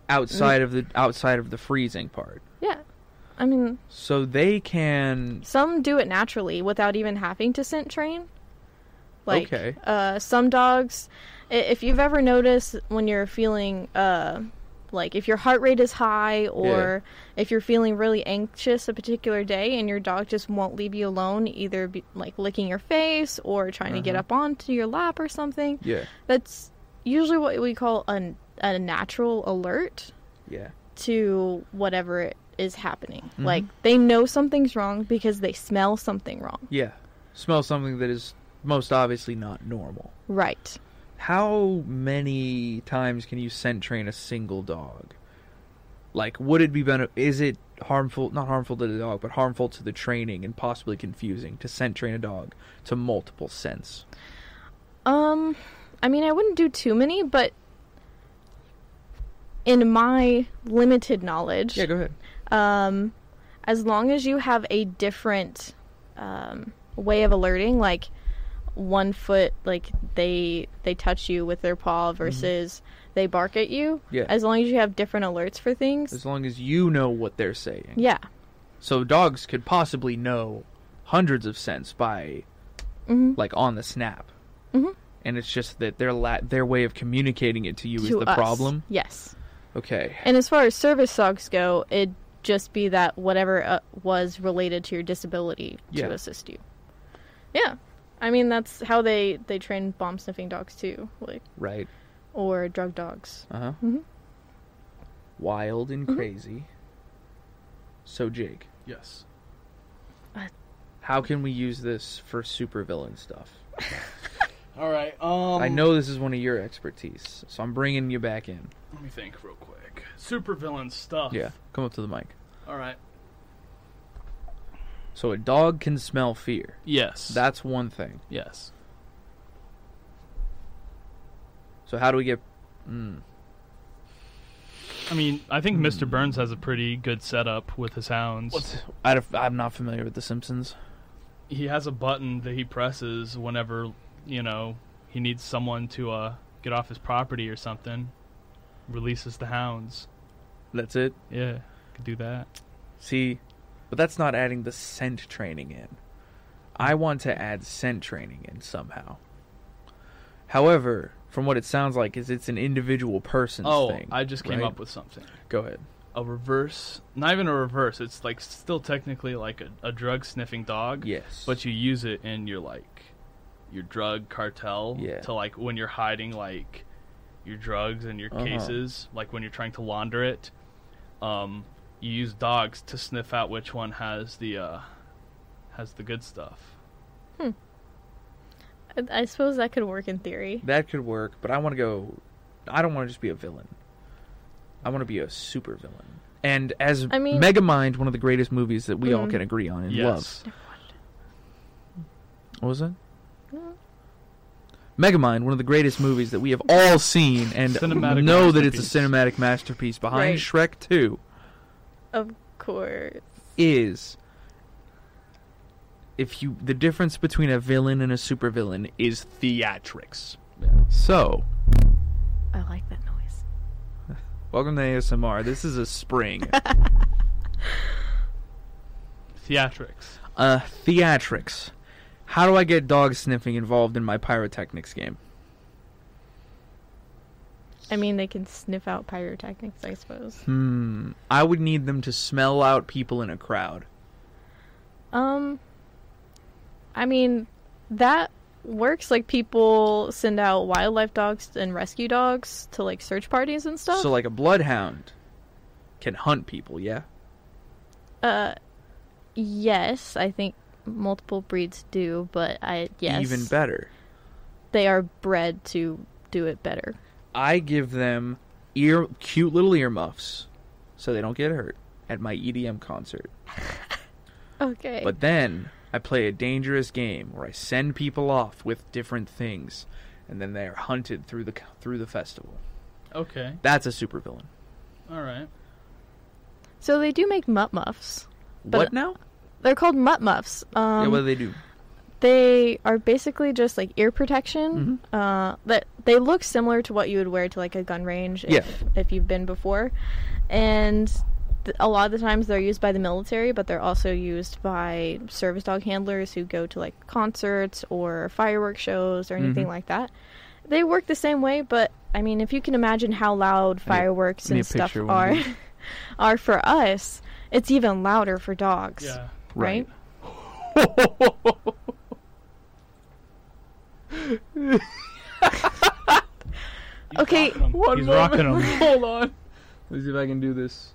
outside of the outside of the freezing part.
Yeah. I mean,
So they can
some do it naturally without even having to scent train. Like,
Okay.
uh, some dogs, i- if you've ever noticed when you're feeling, uh, like if your heart rate is high or if you're feeling really anxious a particular day and your dog just won't leave you alone, either be, like licking your face or trying to get
Uh-huh.
up onto your lap or something,
Yeah.
that's usually what we call an, a natural alert
Yeah.
to whatever is happening.
Mm-hmm.
Like they know something's wrong because they smell something wrong.
Yeah. Smell something that is most obviously not normal.
Right.
How many times can you scent train a single dog? Like, would it be bene- Is it harmful? Not harmful to the dog, but harmful to the training and possibly confusing to scent train a dog to multiple scents.
Um I mean I wouldn't do too many, but in my limited knowledge,
Yeah, go ahead.
um as long as you have a different um way of alerting like one foot like they they touch you with their paw versus they bark at you
Mm-hmm. Yeah.
as long as you have different alerts for things
As long as you know what they're saying.
yeah
So dogs could possibly know hundreds of scents by,
Mhm.
like, on the snap.
Mhm.
And it's just that their la- their way of communicating it to you is
to
the
us.
problem.
yes
Okay.
And as far as service dogs go, it'd just be that whatever uh, was related to your disability
Yeah.
to assist you. Yeah. I mean, that's how they, they train bomb sniffing dogs too, like
Right.
or drug dogs.
Uh huh.
Mhm.
Wild and crazy. So Jake,
Yes.
how can we use this for supervillain stuff?
All right. Um,
I know this is one of your expertise, so I'm bringing you back in.
Let me think real quick. Supervillain stuff.
Yeah, come up to the mic.
All right.
So a dog can smell fear.
Yes.
That's one thing.
yes.
So how do we get? Mm,
I mean, I think Mr. Burns has a pretty good setup with his hounds.
what's? I don't- I'm not familiar with The Simpsons.
he has a button that he presses whenever you know he needs someone to uh, get off his property or something. Releases the hounds.
That's it.
Yeah, could do that.
See, but that's not adding the scent training in. I want to add scent training in somehow. However, from what it sounds like, is it's an individual person's
Oh,
thing.
I just came
right?
up with something.
Go ahead.
A reverse, not even a reverse. It's like still technically like a, a drug sniffing dog.
Yes,
But you use it in your like your drug cartel
Yeah.
to like when you're hiding like your drugs and your
Uh-huh.
cases, like when you're trying to launder it. Um, you use dogs to sniff out which one has the uh, has the good stuff.
I, I suppose that could work in <laughs> theory.
that could work. But I want to go. I don't want to just be a villain. I want to be a super villain. And as
I mean-
Megamind, one of the greatest movies that we all
Mhm.
can agree on and
Yes.
love. What was that?
No.
Megamind, one of the greatest movies that we have all seen and
Cinematic
know that it's a
masterpiece.
cinematic masterpiece behind
Right.
Shrek 2
Of course.
is if you the difference between a villain and a supervillain is theatrics. So,
I like that noise.
welcome to ASMR. This is a
<laughs>
spring.
Theatrics.
uh theatrics. How do I get dog sniffing involved in my pyrotechnics game?
I mean, they can sniff out pyrotechnics, I suppose.
Hmm. I would need them to smell out people in a crowd.
Um, I mean, that works. Like people send out wildlife dogs and rescue dogs to like search parties and stuff.
So like a bloodhound can hunt people, yeah?
uh, yes, I think multiple breeds do, but I yes,
Even better.
they are bred to do it better.
I give them ear cute little earmuffs so they don't get hurt at my EDM concert.
Okay,
But then I play a dangerous game where I send people off with different things and then they are hunted through the through the festival.
Okay,
That's a supervillain.
all right.
so they do make mutt muffs. But-
What now?
They're called mutt muffs. Um,
yeah, what do they do?
they are basically just like ear protection.
Mm-hmm.
Uh, that they look similar to what you would wear to like a gun range if
Yeah.
if you've been before, and th- a lot of the times they're used by the military, but they're also used by service dog handlers who go to like concerts or fireworks shows or anything
Mhm.
like that. They work the same way, but I mean, if you can imagine how loud
I need-
fireworks
I need
and
a
stuff
picture
are
one of
are <laughs> for us, it's even louder for dogs,
Yeah.
right?
<laughs>
Okay,
One
He's
moment.
rocking
<laughs>
'em.
<laughs> Hold on. Let's see if I can do this.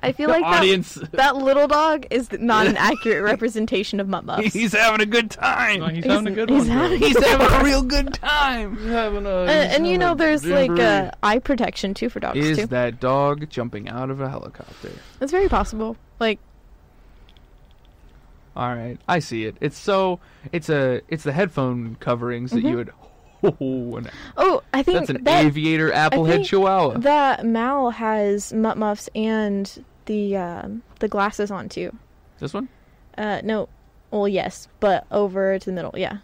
I feel like that
Audience,
That little dog is not an accurate representation of Mutt
<laughs>
Muffs.
he's having a good
No,
time.
he's having a good one.
he's having-
He's having a real good time.
He's having a.
Uh, and you know, there's like uh, eye protection too for dogs
Is
too.
that dog jumping out of a helicopter?
It's very possible. Like,
All right, I see it. It's so it's a it's the headphone coverings that you would. <laughs> Oh, an-
oh, Mm-hmm. I think
that's an
that
aviator applehead
think
chihuahua.
that Mal has Mutt Muffs and the um, the glasses on too.
this one?
Uh, no, well, yes, but over to the middle, yeah,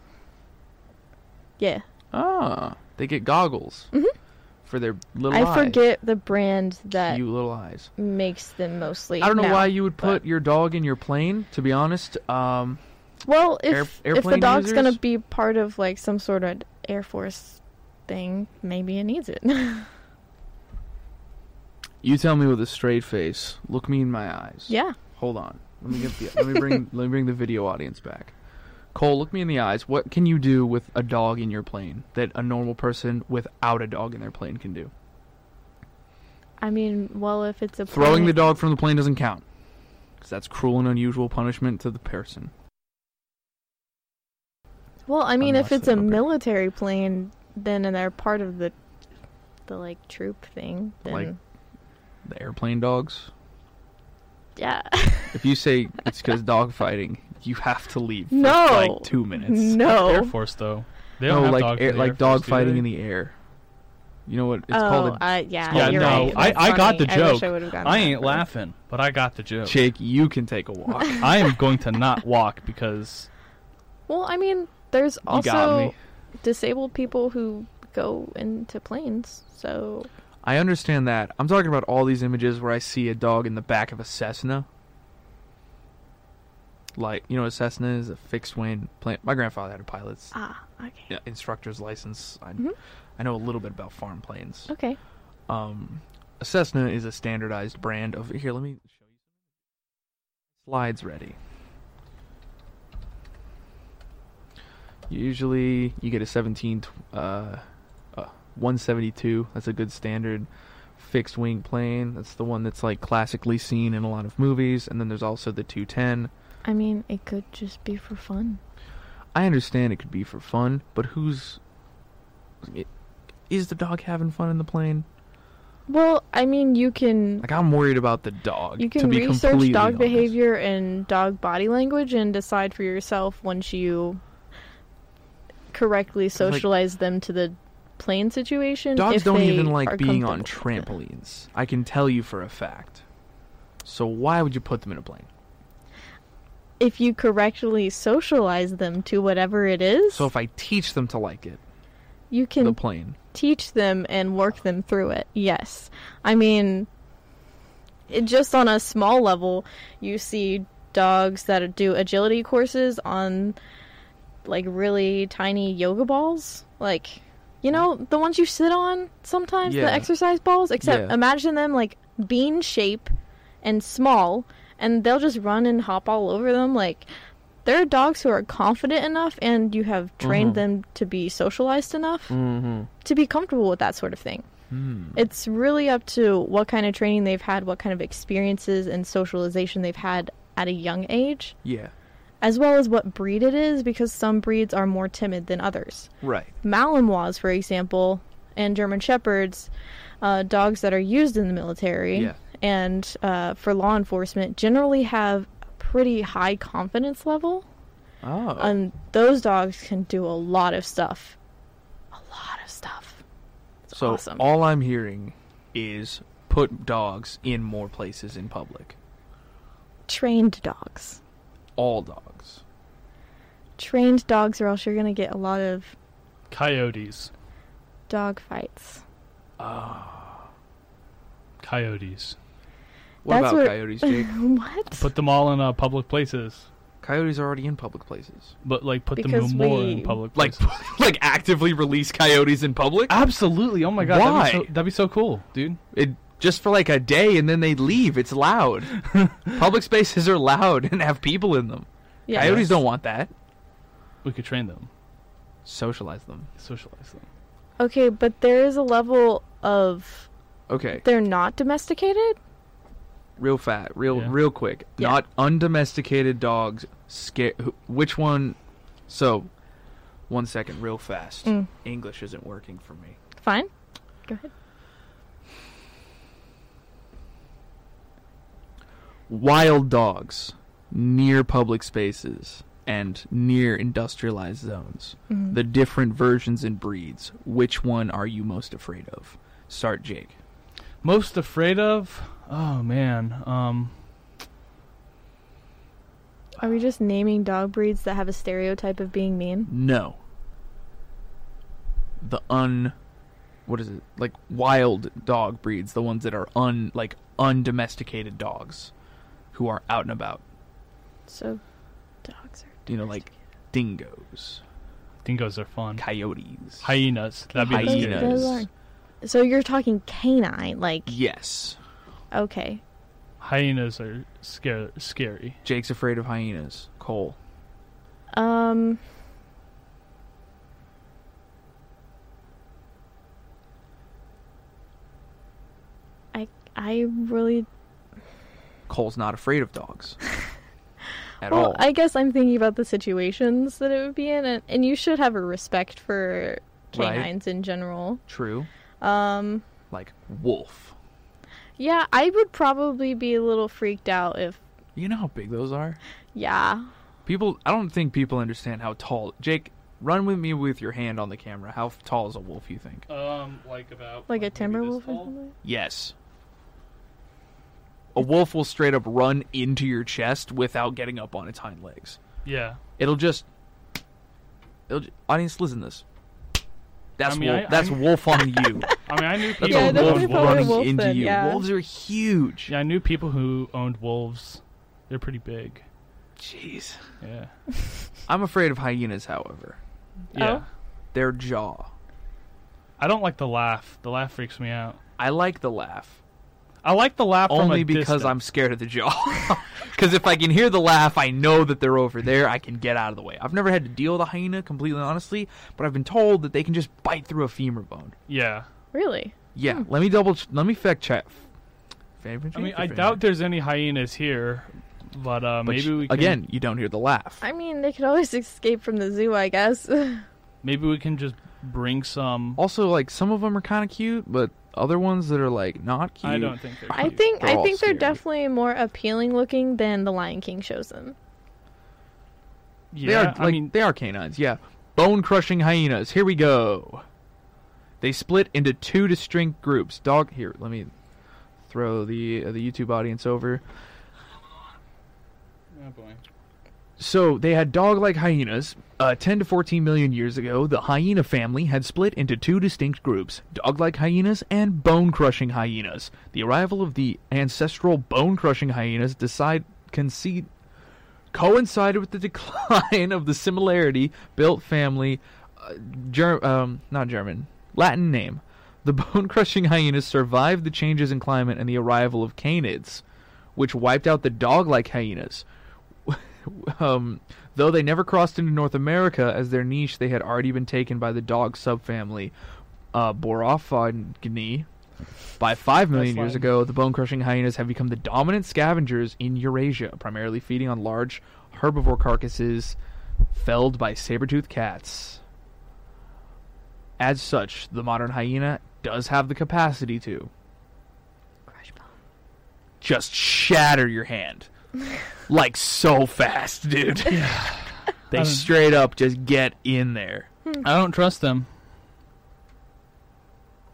yeah.
Ah, they get goggles for their little
Mm-hmm. I
eyes.
forget the brand that
cute little eyes.
makes them mostly.
I don't know
now.
why you would
but-
put your dog in your plane. To be honest, um,
Well,
Air-
if if the
airplane
dog's
users?
gonna be part of like some sort of air force thing, maybe it needs it. <laughs>
you tell me with a straight face. Look me in my eyes.
yeah.
Hold on. Let me get the, let me bring let me bring the video audience back. Cole, look me in the eyes. What can you do with a dog in your plane that a normal person without a dog in their plane can do?
I mean, well, if it's a
Throwing the
plane-
dog from the plane doesn't count. Because that's cruel and unusual punishment to the person.
well, I mean, if
Unless
it's
they
a
don't-
military plane, then and they're part of the the like troop thing, then
Like- The airplane dogs.
yeah.
If you say it's because dog fighting, you have to leave for
No.
like two minutes.
Air
no.
Force though. They don't
No,
have
like
dogs
air,
in the
like
Air
dog
Force, do
fighting
they?
in the air. You know what? It's
oh,
called a
uh, yeah.
called a-
you're
Yeah,
right.
no,
That's
I- I got
funny.
the
I, wish
joke.
I, would've gotten
I
that
ain't
first.
laughing, but I got the joke.
Jake. You can take a walk. you
I am going to not walk because
Well, I mean, there's
got me.
also disabled people who go into planes, so
I understand that. I'm talking about all these images where I see a dog in the back of a Cessna. Like, you know, a Cessna is a fixed wing plane. My grandfather had a pilot's
ah, okay,
yeah, instructor's license. I,
Mhm.
I know a little bit about farm planes.
okay.
Um, a Cessna is a standardized brand of. Here, let me show you. Slides ready. Usually, you get a 17, tw- uh, uh, 172. That's a good standard fixed wing plane. That's the one that's like classically seen in a lot of movies. And then there's also the 210.
I mean, it could just be for fun.
I understand it could be for fun, but who's i- is the dog having fun in the plane?
Well, I mean, you can
Like I'm worried about the dog.
you
to
can
be
research
completely
dog
honest.
behavior and dog body language and decide for yourself once you correctly
like-
socialize them to the plane situation.
Dogs
if
don't
they
even
are
like being on
comfortable with it.
trampolines. I can tell you for a fact. So why would you put them in a plane?
If you correctly socialize them to whatever it is,
So if I teach them to like it,
you can
the plane.
teach them and work them through it. Yes. I mean, it, just on a small level, you see dogs that do agility courses on like really tiny yoga balls. Like, you know, the ones you sit on sometimes,
Yeah.
the exercise balls, except
Yeah.
imagine them like bean shape and small, and they'll just run and hop all over them. Like, there are dogs who are confident enough, and you have trained
Mhm.
them to be socialized enough
Mm-hmm.
to be comfortable with that sort of thing.
Hmm.
It's really up to what kind of training they've had, what kind of experiences and socialization they've had at a young age,
Yeah.
as well as what breed it is, because some breeds are more timid than others.
Right.
Malinois, for example, and German Shepherds, uh, dogs that are used in the military
Yeah.
and uh, for law enforcement, generally have a pretty high confidence level,
Oh.
and those dogs can do a lot of stuff. A lot of stuff.
so
awesome.
all I'm hearing is put dogs in more places in public.
Trained dogs.
all dogs.
Trained dogs, or else you're gonna get a lot of
Coyotes.
dog fights.
Coyotes.
What
That's
about
what-
coyotes, Jake?
<laughs> what?
Put them all in uh, public places,
coyotes are already in public places.
but like put
Because
them more
we-
in public
Like,
places. <laughs>
like actively release coyotes in public?
Absolutely. Oh my god.
Why?
That'd be so, that'd be so cool, dude.
It just for like a day, and then they leave. It's loud. public spaces are loud and have people in them.
Yeah.
Coyotes don't want that.
we could train them,
Socialize them.
socialize them.
Okay, but there is a level of
Okay,
they're not domesticated.
real fat, real,
Yeah.
real quick.
Yeah.
Not undomesticated dogs. Scare. Which one? So, one second, real fast.
Mm.
English isn't working for me.
Fine. Go ahead.
wild dogs near public spaces and near industrialized zones, the different versions and breeds, which one are you most afraid of? Start, Jake.
Most afraid of? Oh man. Um.
Are we just naming dog breeds that have a stereotype of being mean?
No. The un. What is it? Like wild dog breeds, the ones that are un. like undomesticated dogs who are out and about.
So, dogs are.
You know, like dingoes,
Dingoes are fun.
coyotes.
Hyenas. That'd be the
Those-
Hyenas.
scariest.
those aren't- So you're talking canine, like
yes.
okay.
Hyenas are scare- scary.
Jake's afraid of hyenas. Cole.
Um. I I really
Cole's not afraid of
<laughs>
dogs at
well,
all.
I guess I'm thinking about the situations that it would be in, and, and you should have a respect for
Right.
canines in general.
True,
Um,
like wolf.
yeah, I would probably be a little freaked out if,
You know how big those are.
yeah,
People, I don't think people understand how tall. Jake, run with me with your hand on the camera. How f- tall is a wolf? You think?
Um, like about
like a timber wolf or something.
Yes. A wolf will straight up run into your chest without getting up on its hind legs.
Yeah.
It'll just. It'll ju- audience, listen to this. That's
I mean,
wolf,
I-
that's wolf
<laughs>
on you.
I mean, I knew people
Yeah,
That's
who
a
those are
wolf
owned
probably
running
wolves.
wolf
into
then,
you.
yeah.
Wolves are huge.
Yeah, I knew people who owned wolves. They're pretty big.
Jeez.
Yeah.
I'm afraid of hyenas, however.
Yeah.
Their jaw.
I don't like the laugh. The laugh freaks me out.
I like the laugh.
I like the laugh from
Only
a
because
distance.
I'm scared of the jaw. <laughs> Because if I can hear the laugh, I know that they're over there. I can get out of the way. I've never had to deal with a hyena, completely honestly, but I've been told that they can just bite through a femur bone.
Yeah.
Really?
Yeah, let me double. Ch- let me fact check.
Hmm. I mean, I doubt there's any hyenas here, but uh, maybe we can,
again, you don't hear the laugh.
I mean, they could always <laughs> escape from the zoo, I guess. <laughs>
maybe we can just bring some.
Also, like some of them are kind of cute, but other ones that are like not cute.
I don't think they're.
I
cute.
think
They're
I
all
think they're
scary.
definitely more appealing looking than the Lion King shows them.
Yeah,
they are like
I mean,
they are canines. Yeah, bone crushing hyenas. Here we go. They split into two distinct groups. Dog here. Let me throw the uh, the YouTube audience over.
oh boy.
So they had dog-like hyenas. Uh, 10 to 14 million years ago, the hyena family had split into two distinct groups: dog-like hyenas and bone-crushing hyenas. The arrival of the ancestral bone-crushing hyenas decide concede coincided with the <laughs> decline of the similarity built family uh, Ger- um, not German, Latin name. The bone crushing hyenas survived the changes in climate and the arrival of canids, which wiped out the dog like hyenas. <laughs> um, though they never crossed into North America, as their niche they had already been taken by the dog subfamily uh, Borophagini. By 5 million years
Latin.
ago, the bone crushing hyenas have become the dominant scavengers in Eurasia, primarily feeding on large herbivore carcasses felled by saber toothed cats. As such, the modern hyena does have the capacity to
Crush bone.
just shatter your hand. like so fast, dude. <laughs> they straight up just get in there.
I don't trust them.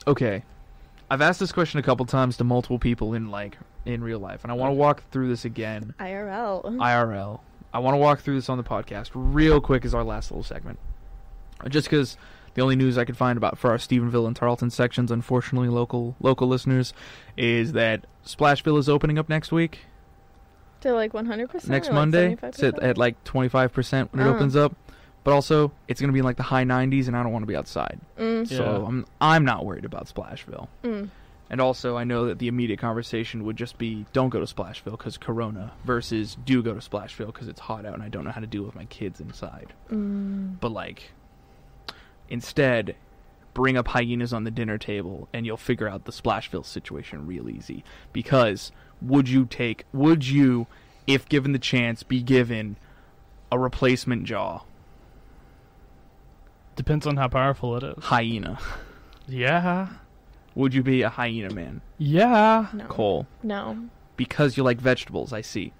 Okay. I've asked this question a couple times to multiple people in like in real life, and I want to walk through this again
IRL.
IRL. I want to walk through this on the podcast real quick as our last little segment, Uh, just because the only news I could find about for our Stephenville and Tarleton sections, unfortunately, local local listeners, is that Splashville is opening up next week,
To like 100%.
next
or, like,
Monday. It's at,
75%?
at like twenty five percent when it
Oh.
opens up, but also it's gonna be in like the high nineties, and I don't want to be outside,
Mm,
so
Yeah.
I'm I'm not worried about Splashville.
mm.
And also, I know that the immediate conversation would just be don't go to Splashville because Corona versus do go to Splashville because it's hot out and I don't know how to deal with my kids inside.
Mm.
But, like, instead, bring up hyenas on the dinner table and you'll figure out the Splashville situation real easy. Because would you take, would you, if given the chance, be given a replacement jaw
Depends on how powerful it is.
hyena?
Yeah.
Would you be a hyena man,
Yeah.
No.
Cole?
No.
Because you like vegetables, I see.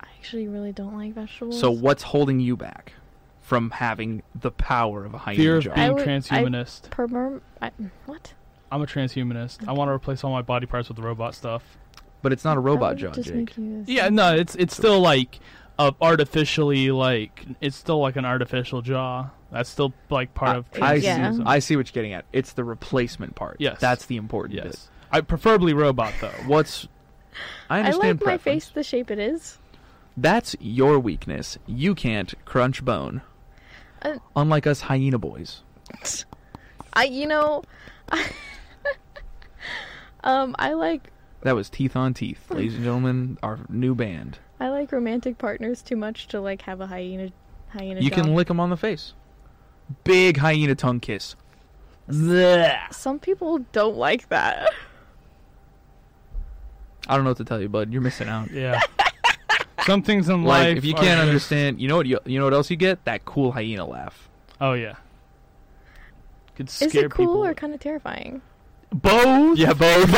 I actually really don't like vegetables.
So what's holding you back from having the power of a hyena
Fear of
jar?
being
would- I-
transhumanist.
Permer- I, what?
I, am a transhumanist. I want to replace all my body parts with robot stuff.
but it's not a robot
That
jaw,
would just
Jake.
make you
Yeah, no, it's it's still like uh, artificially like it's still like an artificial jaw. That's still like part of
I, I
Yeah.
see,
transhumanism.
I see what you're getting at. It's the replacement part.
Yes.
that's the important
yes, I preferably robot though.
bit. What's I
I
understand
like my
preference.
face the shape it is.
That's your weakness. You can't crunch bone.
Uh,
Unlike us hyena boys.
I, you know, <laughs> um, I like
That was teeth on teeth,
Hmm.
ladies and gentlemen. Our new band.
I like romantic partners too much to like have a hyena hyena.
You can
dog.
lick them on the face. Big hyena tongue kiss. Blech.
Some people don't like that. <laughs>
I don't know what to tell you, bud. You're missing <laughs> out.
Yeah, some things in
like
life.
if you
are
can't
just-
understand you know what you, you know what else you get that cool hyena laugh
oh yeah, could scare
Is it cool
people.
or kind of terrifying?
<laughs>
both?
yeah both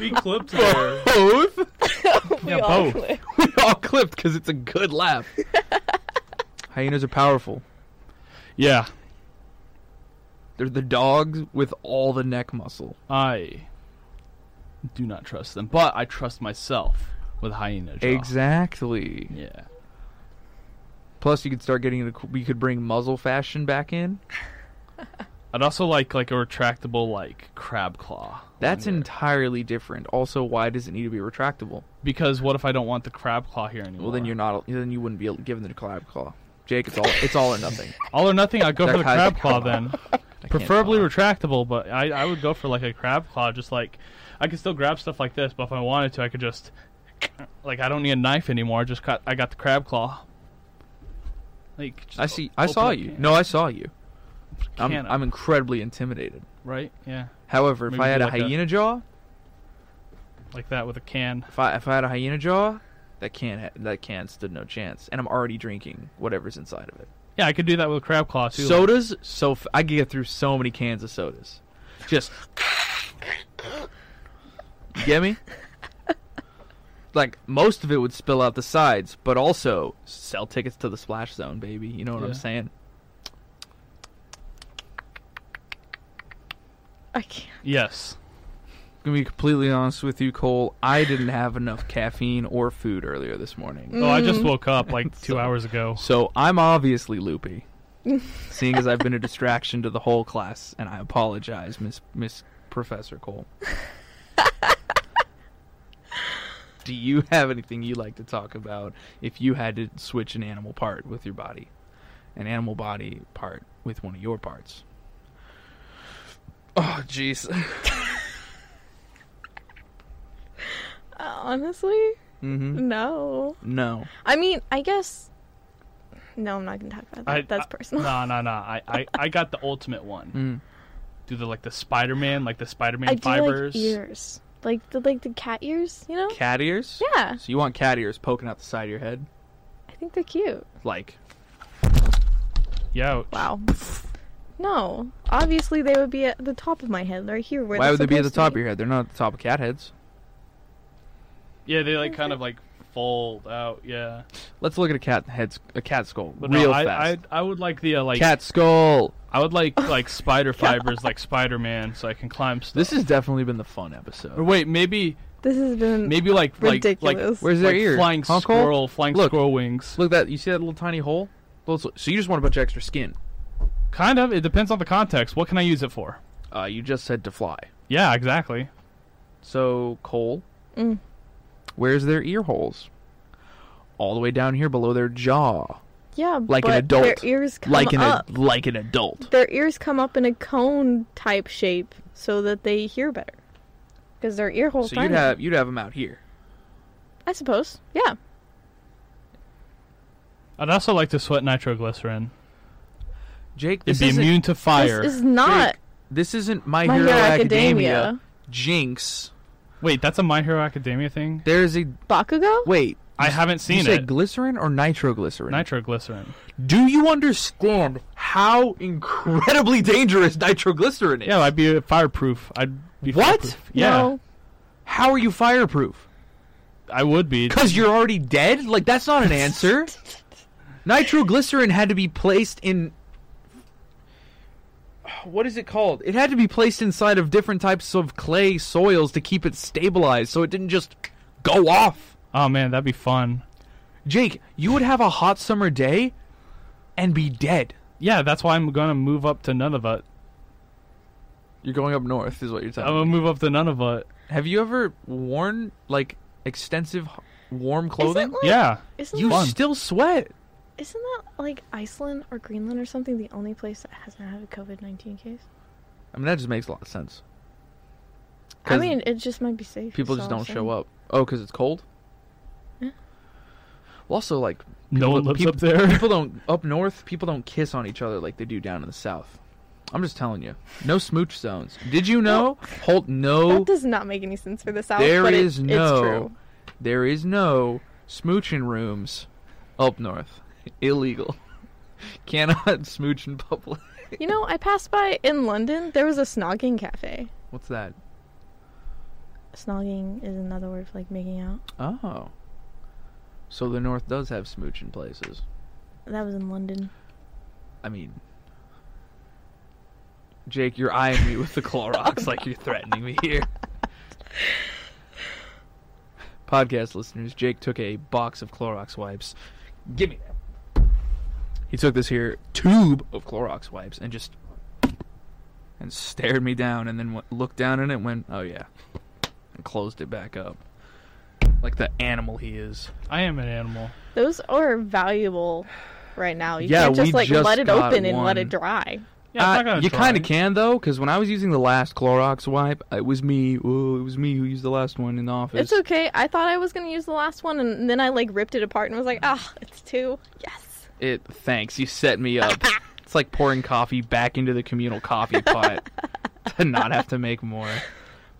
we clipped there.
<laughs> both <laughs>
we
Yeah,
all
both.
click.
we all clipped because it's a good
<laughs>
laugh hyenas are powerful
<laughs> Yeah,
they're the dogs with all the neck muscle
I do not trust them, but I trust myself with hyena jaw.
exactly
Yeah.
plus you could start getting into cool- we could bring muzzle fashion back in
I'd also like like a retractable like crab claw.
that's
in there.
entirely different also why does it need to be retractable
because what if I don't want the crab claw here anymore?
well then you're not then you wouldn't be given the collab claw jake it's all it's all or nothing
All or nothing. I'd go
That
for the
guy's a
crab claw
coward.
then.
I can't
Preferably
follow.
retractable, but I, I would go for like a crab claw. Just like I could still grab stuff like this, but if I wanted to, I could just like I don't need a knife anymore. I just got I got the crab claw. Like just
i see i
open
saw
a
you
can-
no i saw you I'm,
can up,
I'm incredibly intimidated
right. Yeah,
However, if
Maybe
I had
do
a
like a-
hyena jaw,
like that with a can.
if I if I had a hyena jaw, that can ha- that can stood no chance, and I'm already drinking whatever's inside of it.
Yeah, I could do that with a crab claw too. like-
Sodas, so f- I could get through so many cans of sodas. Just you get me. Like most of it would spill out the sides, but also sell tickets to the splash zone, baby. You know what I'm
Yeah.
saying?
I can't.
yes,
I'm gonna be completely honest with you, Cole. I didn't have enough caffeine or food earlier this morning.
Oh, I
Mm.
just woke up
<laughs>
like
So-
two hours ago.
So I'm obviously loopy, seeing as I've been a distraction to the whole class, and I apologize, Miss Miss Professor Cole. Do you have anything you like to talk about if you had to switch an animal part with your body, an animal body part with one of your parts? Oh, jeez.
Uh, honestly,
hmm
no.
No.
I mean, I guess. No, I'm not gonna talk about that.
I-
That's
I-
personal.
No, no, no. I, I, I got the ultimate one.
Mm.
Do the like the Spider Man, like the
<laughs>
Spider
I
Man
do
fibers.
like ears, like the like the cat ears. You know?
Cat ears.
Yeah,
So you want cat ears poking out the side of your head,
I think they're cute.
like
Yeah.
Wow. No, obviously they would be at the top of my head, right here. Where
Why
they're
would they be at the
supposed to
top of your head? They're not at the top of cat heads.
Yeah, they like kind of like fold out. Yeah.
Let's look at a cat heads a cat skull
But
real
no, I,
fast.
I I would like the uh, like
cat skull.
I
<laughs>
would like like spider fibers like Spider Man so I can climb stuff.
This has definitely been the fun episode.
or wait, maybe
This has been
Maybe like like like
ridiculous.
Where's their
like
ear?
Flying
Hong Kong?
squirrel, flying
Look.
squirrel wings.
Look at that. You see that little tiny hole? Those- So you just want a bunch of extra skin.
Kind of. It depends on the context. What can I use it for?
Uh, you just said to fly.
Yeah, exactly.
So Cole,
Mm.
where's their ear holes? All the way down here below their jaw,
yeah,
like an
but
adult.
Their ears come
like an
up.
ad- like an adult.
their ears come up in a cone type shape so that they hear better because their ear holes
So you'd
tiny.
have you'd have them out here.
i suppose yeah
I'd also like to sweat nitroglycerin.
Jake,
It'd
this
be
isn't
immune to fire.
this is not
Jake, this isn't My,
my
Hero,
Hero
Academia.
Academia.
Jinx.
Wait, that's a My Hero Academia thing.
There's a
bakugo
wait.
I haven't
You
seen
said
it.
glycerin or nitroglycerin?
Nitroglycerin.
Do you understand how incredibly dangerous nitroglycerin is?
Yeah, I'd be fireproof. I'd be
What?
Fireproof. Yeah,
no
How are you fireproof?
I would be.
Because you're already dead? Like, that's not an <laughs>
<laughs>
answer. Nitroglycerin had to be placed in. What is it called? It had to be placed inside of different types of clay soils to keep it stabilized so it didn't just go off.
Oh man, that'd be fun.
Jake, you would have a hot summer day and be dead.
Yeah, that's why I'm gonna move up to Nunavut.
You're going up north, is what you're
I'm
telling
gonna
me.
move up to Nunavut.
Have you ever worn, like, extensive h- warm
isn't
clothing?
like,
Yeah,
isn't,
You
that,
Fun.
still sweat.
isn't that like iceland or greenland or something the only place that hasn't had a covid-19 case
I mean, that just makes a lot of sense.
i
'Cause
mean it just might be safe
People
is
just
all I'm
don't
saying.
show up. Oh, because it's cold.
Yeah.
Well, also like
no one
people-
lives
peop-
up there.
People don't up north. People don't kiss on each other like they do down in the south. I'm just telling you, no smooch zones. Did you know? Holt, no,
that does not make any sense for the south
Oh. There
but it-
is no-
it's true
there is no smooching rooms up north. Illegal. <laughs> Cannot <laughs> smooch in public.
you know i passed by in london there was a snogging cafe
What's that?
snogging is another word for like making out
Oh, so the north does have smooching places.
that was in london
I mean, Jake, you're eyeing me with the Clorox like you're threatening me here. Podcast listeners, Jake took a box of Clorox wipes. Give me that. He took this here tube of Clorox wipes and just and stared me down, and then went, looked down in it, and went, "Oh yeah," and closed it back up, like the animal he is.
I am an animal.
Those are valuable right now. You
Yeah,
can't
we
just like
just
let it
got
open and let
one.
it dry.
Yeah,
Uh,
it's not gonna
you
dry.
kind of can though, because when I was using the last Clorox wipe, it was me. Oh, it was me who used the last one in the office.
It's okay. I thought I was gonna use the last one and then I like ripped it apart and was like, ah, it's two. Yes.
It thanks you set me
<laughs>
up. it's like pouring coffee back into the communal coffee
<laughs>
pot to not have to make more.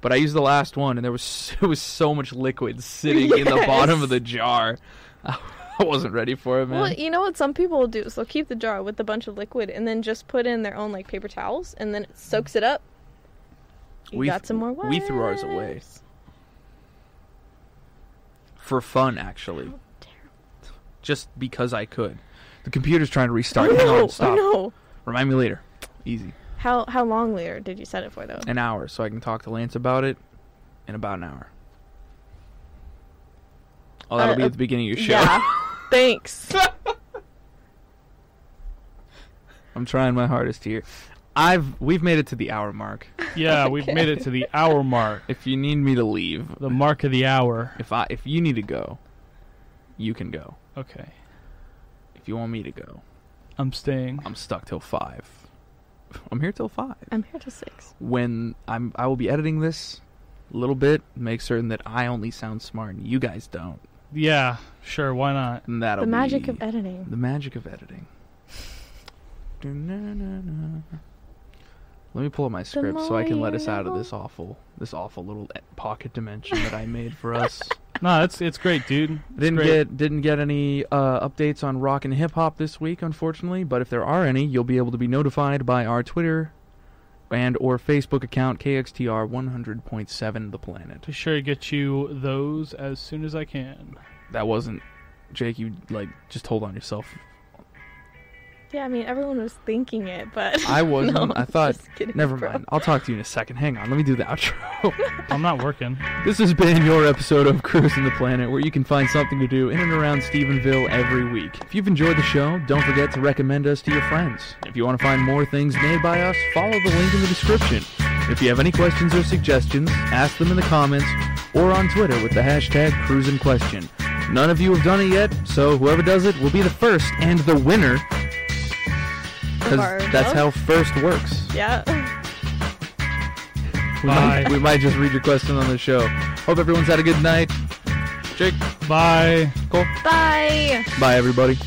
But I used the last one, and there was <laughs> it was so much liquid sitting in the bottom of
Yes.
the jar. <laughs> I wasn't ready for it, man.
Well, you know what some people will do is they'll keep the jar with a bunch of liquid and then just put in their own like paper towels and then it soaks it up. You
We th-
got some more wipes.
we threw ours away. for fun, actually,
Oh, Terrible.
just because I could. The computer's trying to restart.
Oh,
Hang
no,
on, stop.
oh, no.
Remind me later. Easy.
How how long later did you set it for though?
an hour so I can talk to Lance about it in about an hour. Oh, that'll
Uh,
be
uh,
at the beginning of your show.
Yeah. Thanks.
<laughs> I'm trying my hardest here. I've we've made it to the hour mark.
Yeah, we've made it to the hour mark.
If you need me to leave,
The mark of the hour.
if I if you need to go, you can go.
Okay,
If you want me to go,
I'm staying.
I'm stuck till 5. I'm here till 5.
I'm here till six.
When I'm I will be editing this a little bit, make certain that I only sound smart and you guys don't.
Yeah, sure. Why not?
And that'll
the magic
be
of editing.
The magic of editing. Dun-na-na-na. Let me pull up my script so I can let us out of this awful, this awful little e- pocket dimension that I made for us.
No, <laughs> it's it's great, dude. It's
didn't
great.
get didn't get any uh, updates on rock and hip hop this week, unfortunately. But if there are any, you'll be able to be notified by our Twitter and or Facebook account KXTR 100.7 The Planet.
Be sure to get you those as soon as I can.
That wasn't Jake. You like just hold on yourself.
Yeah, I mean, everyone was thinking it, but <laughs>
I wasn't.
No,
I thought.
just kidding,
Never
bro. <laughs>
mind. I'll talk to you in a second. Hang on. Let me do the outro.
I'm not working.
this has been your episode of Cruising the Planet, where you can find something to do in and around Stephenville every week. If you've enjoyed the show, don't forget to recommend us to your friends. If you want to find more things made by us, follow the link in the description. If you have any questions or suggestions, ask them in the comments or on Twitter with the hashtag CruisinQuestion. None of you have done it yet, so whoever does it will be the first and the winner, because
Bar
that's
vote?
how first works.
Yeah. <laughs>
We might,
Bye.
we might just read your question on the show. Hope everyone's had a good night. Jake,
Bye.
Cole,
Bye.
bye everybody.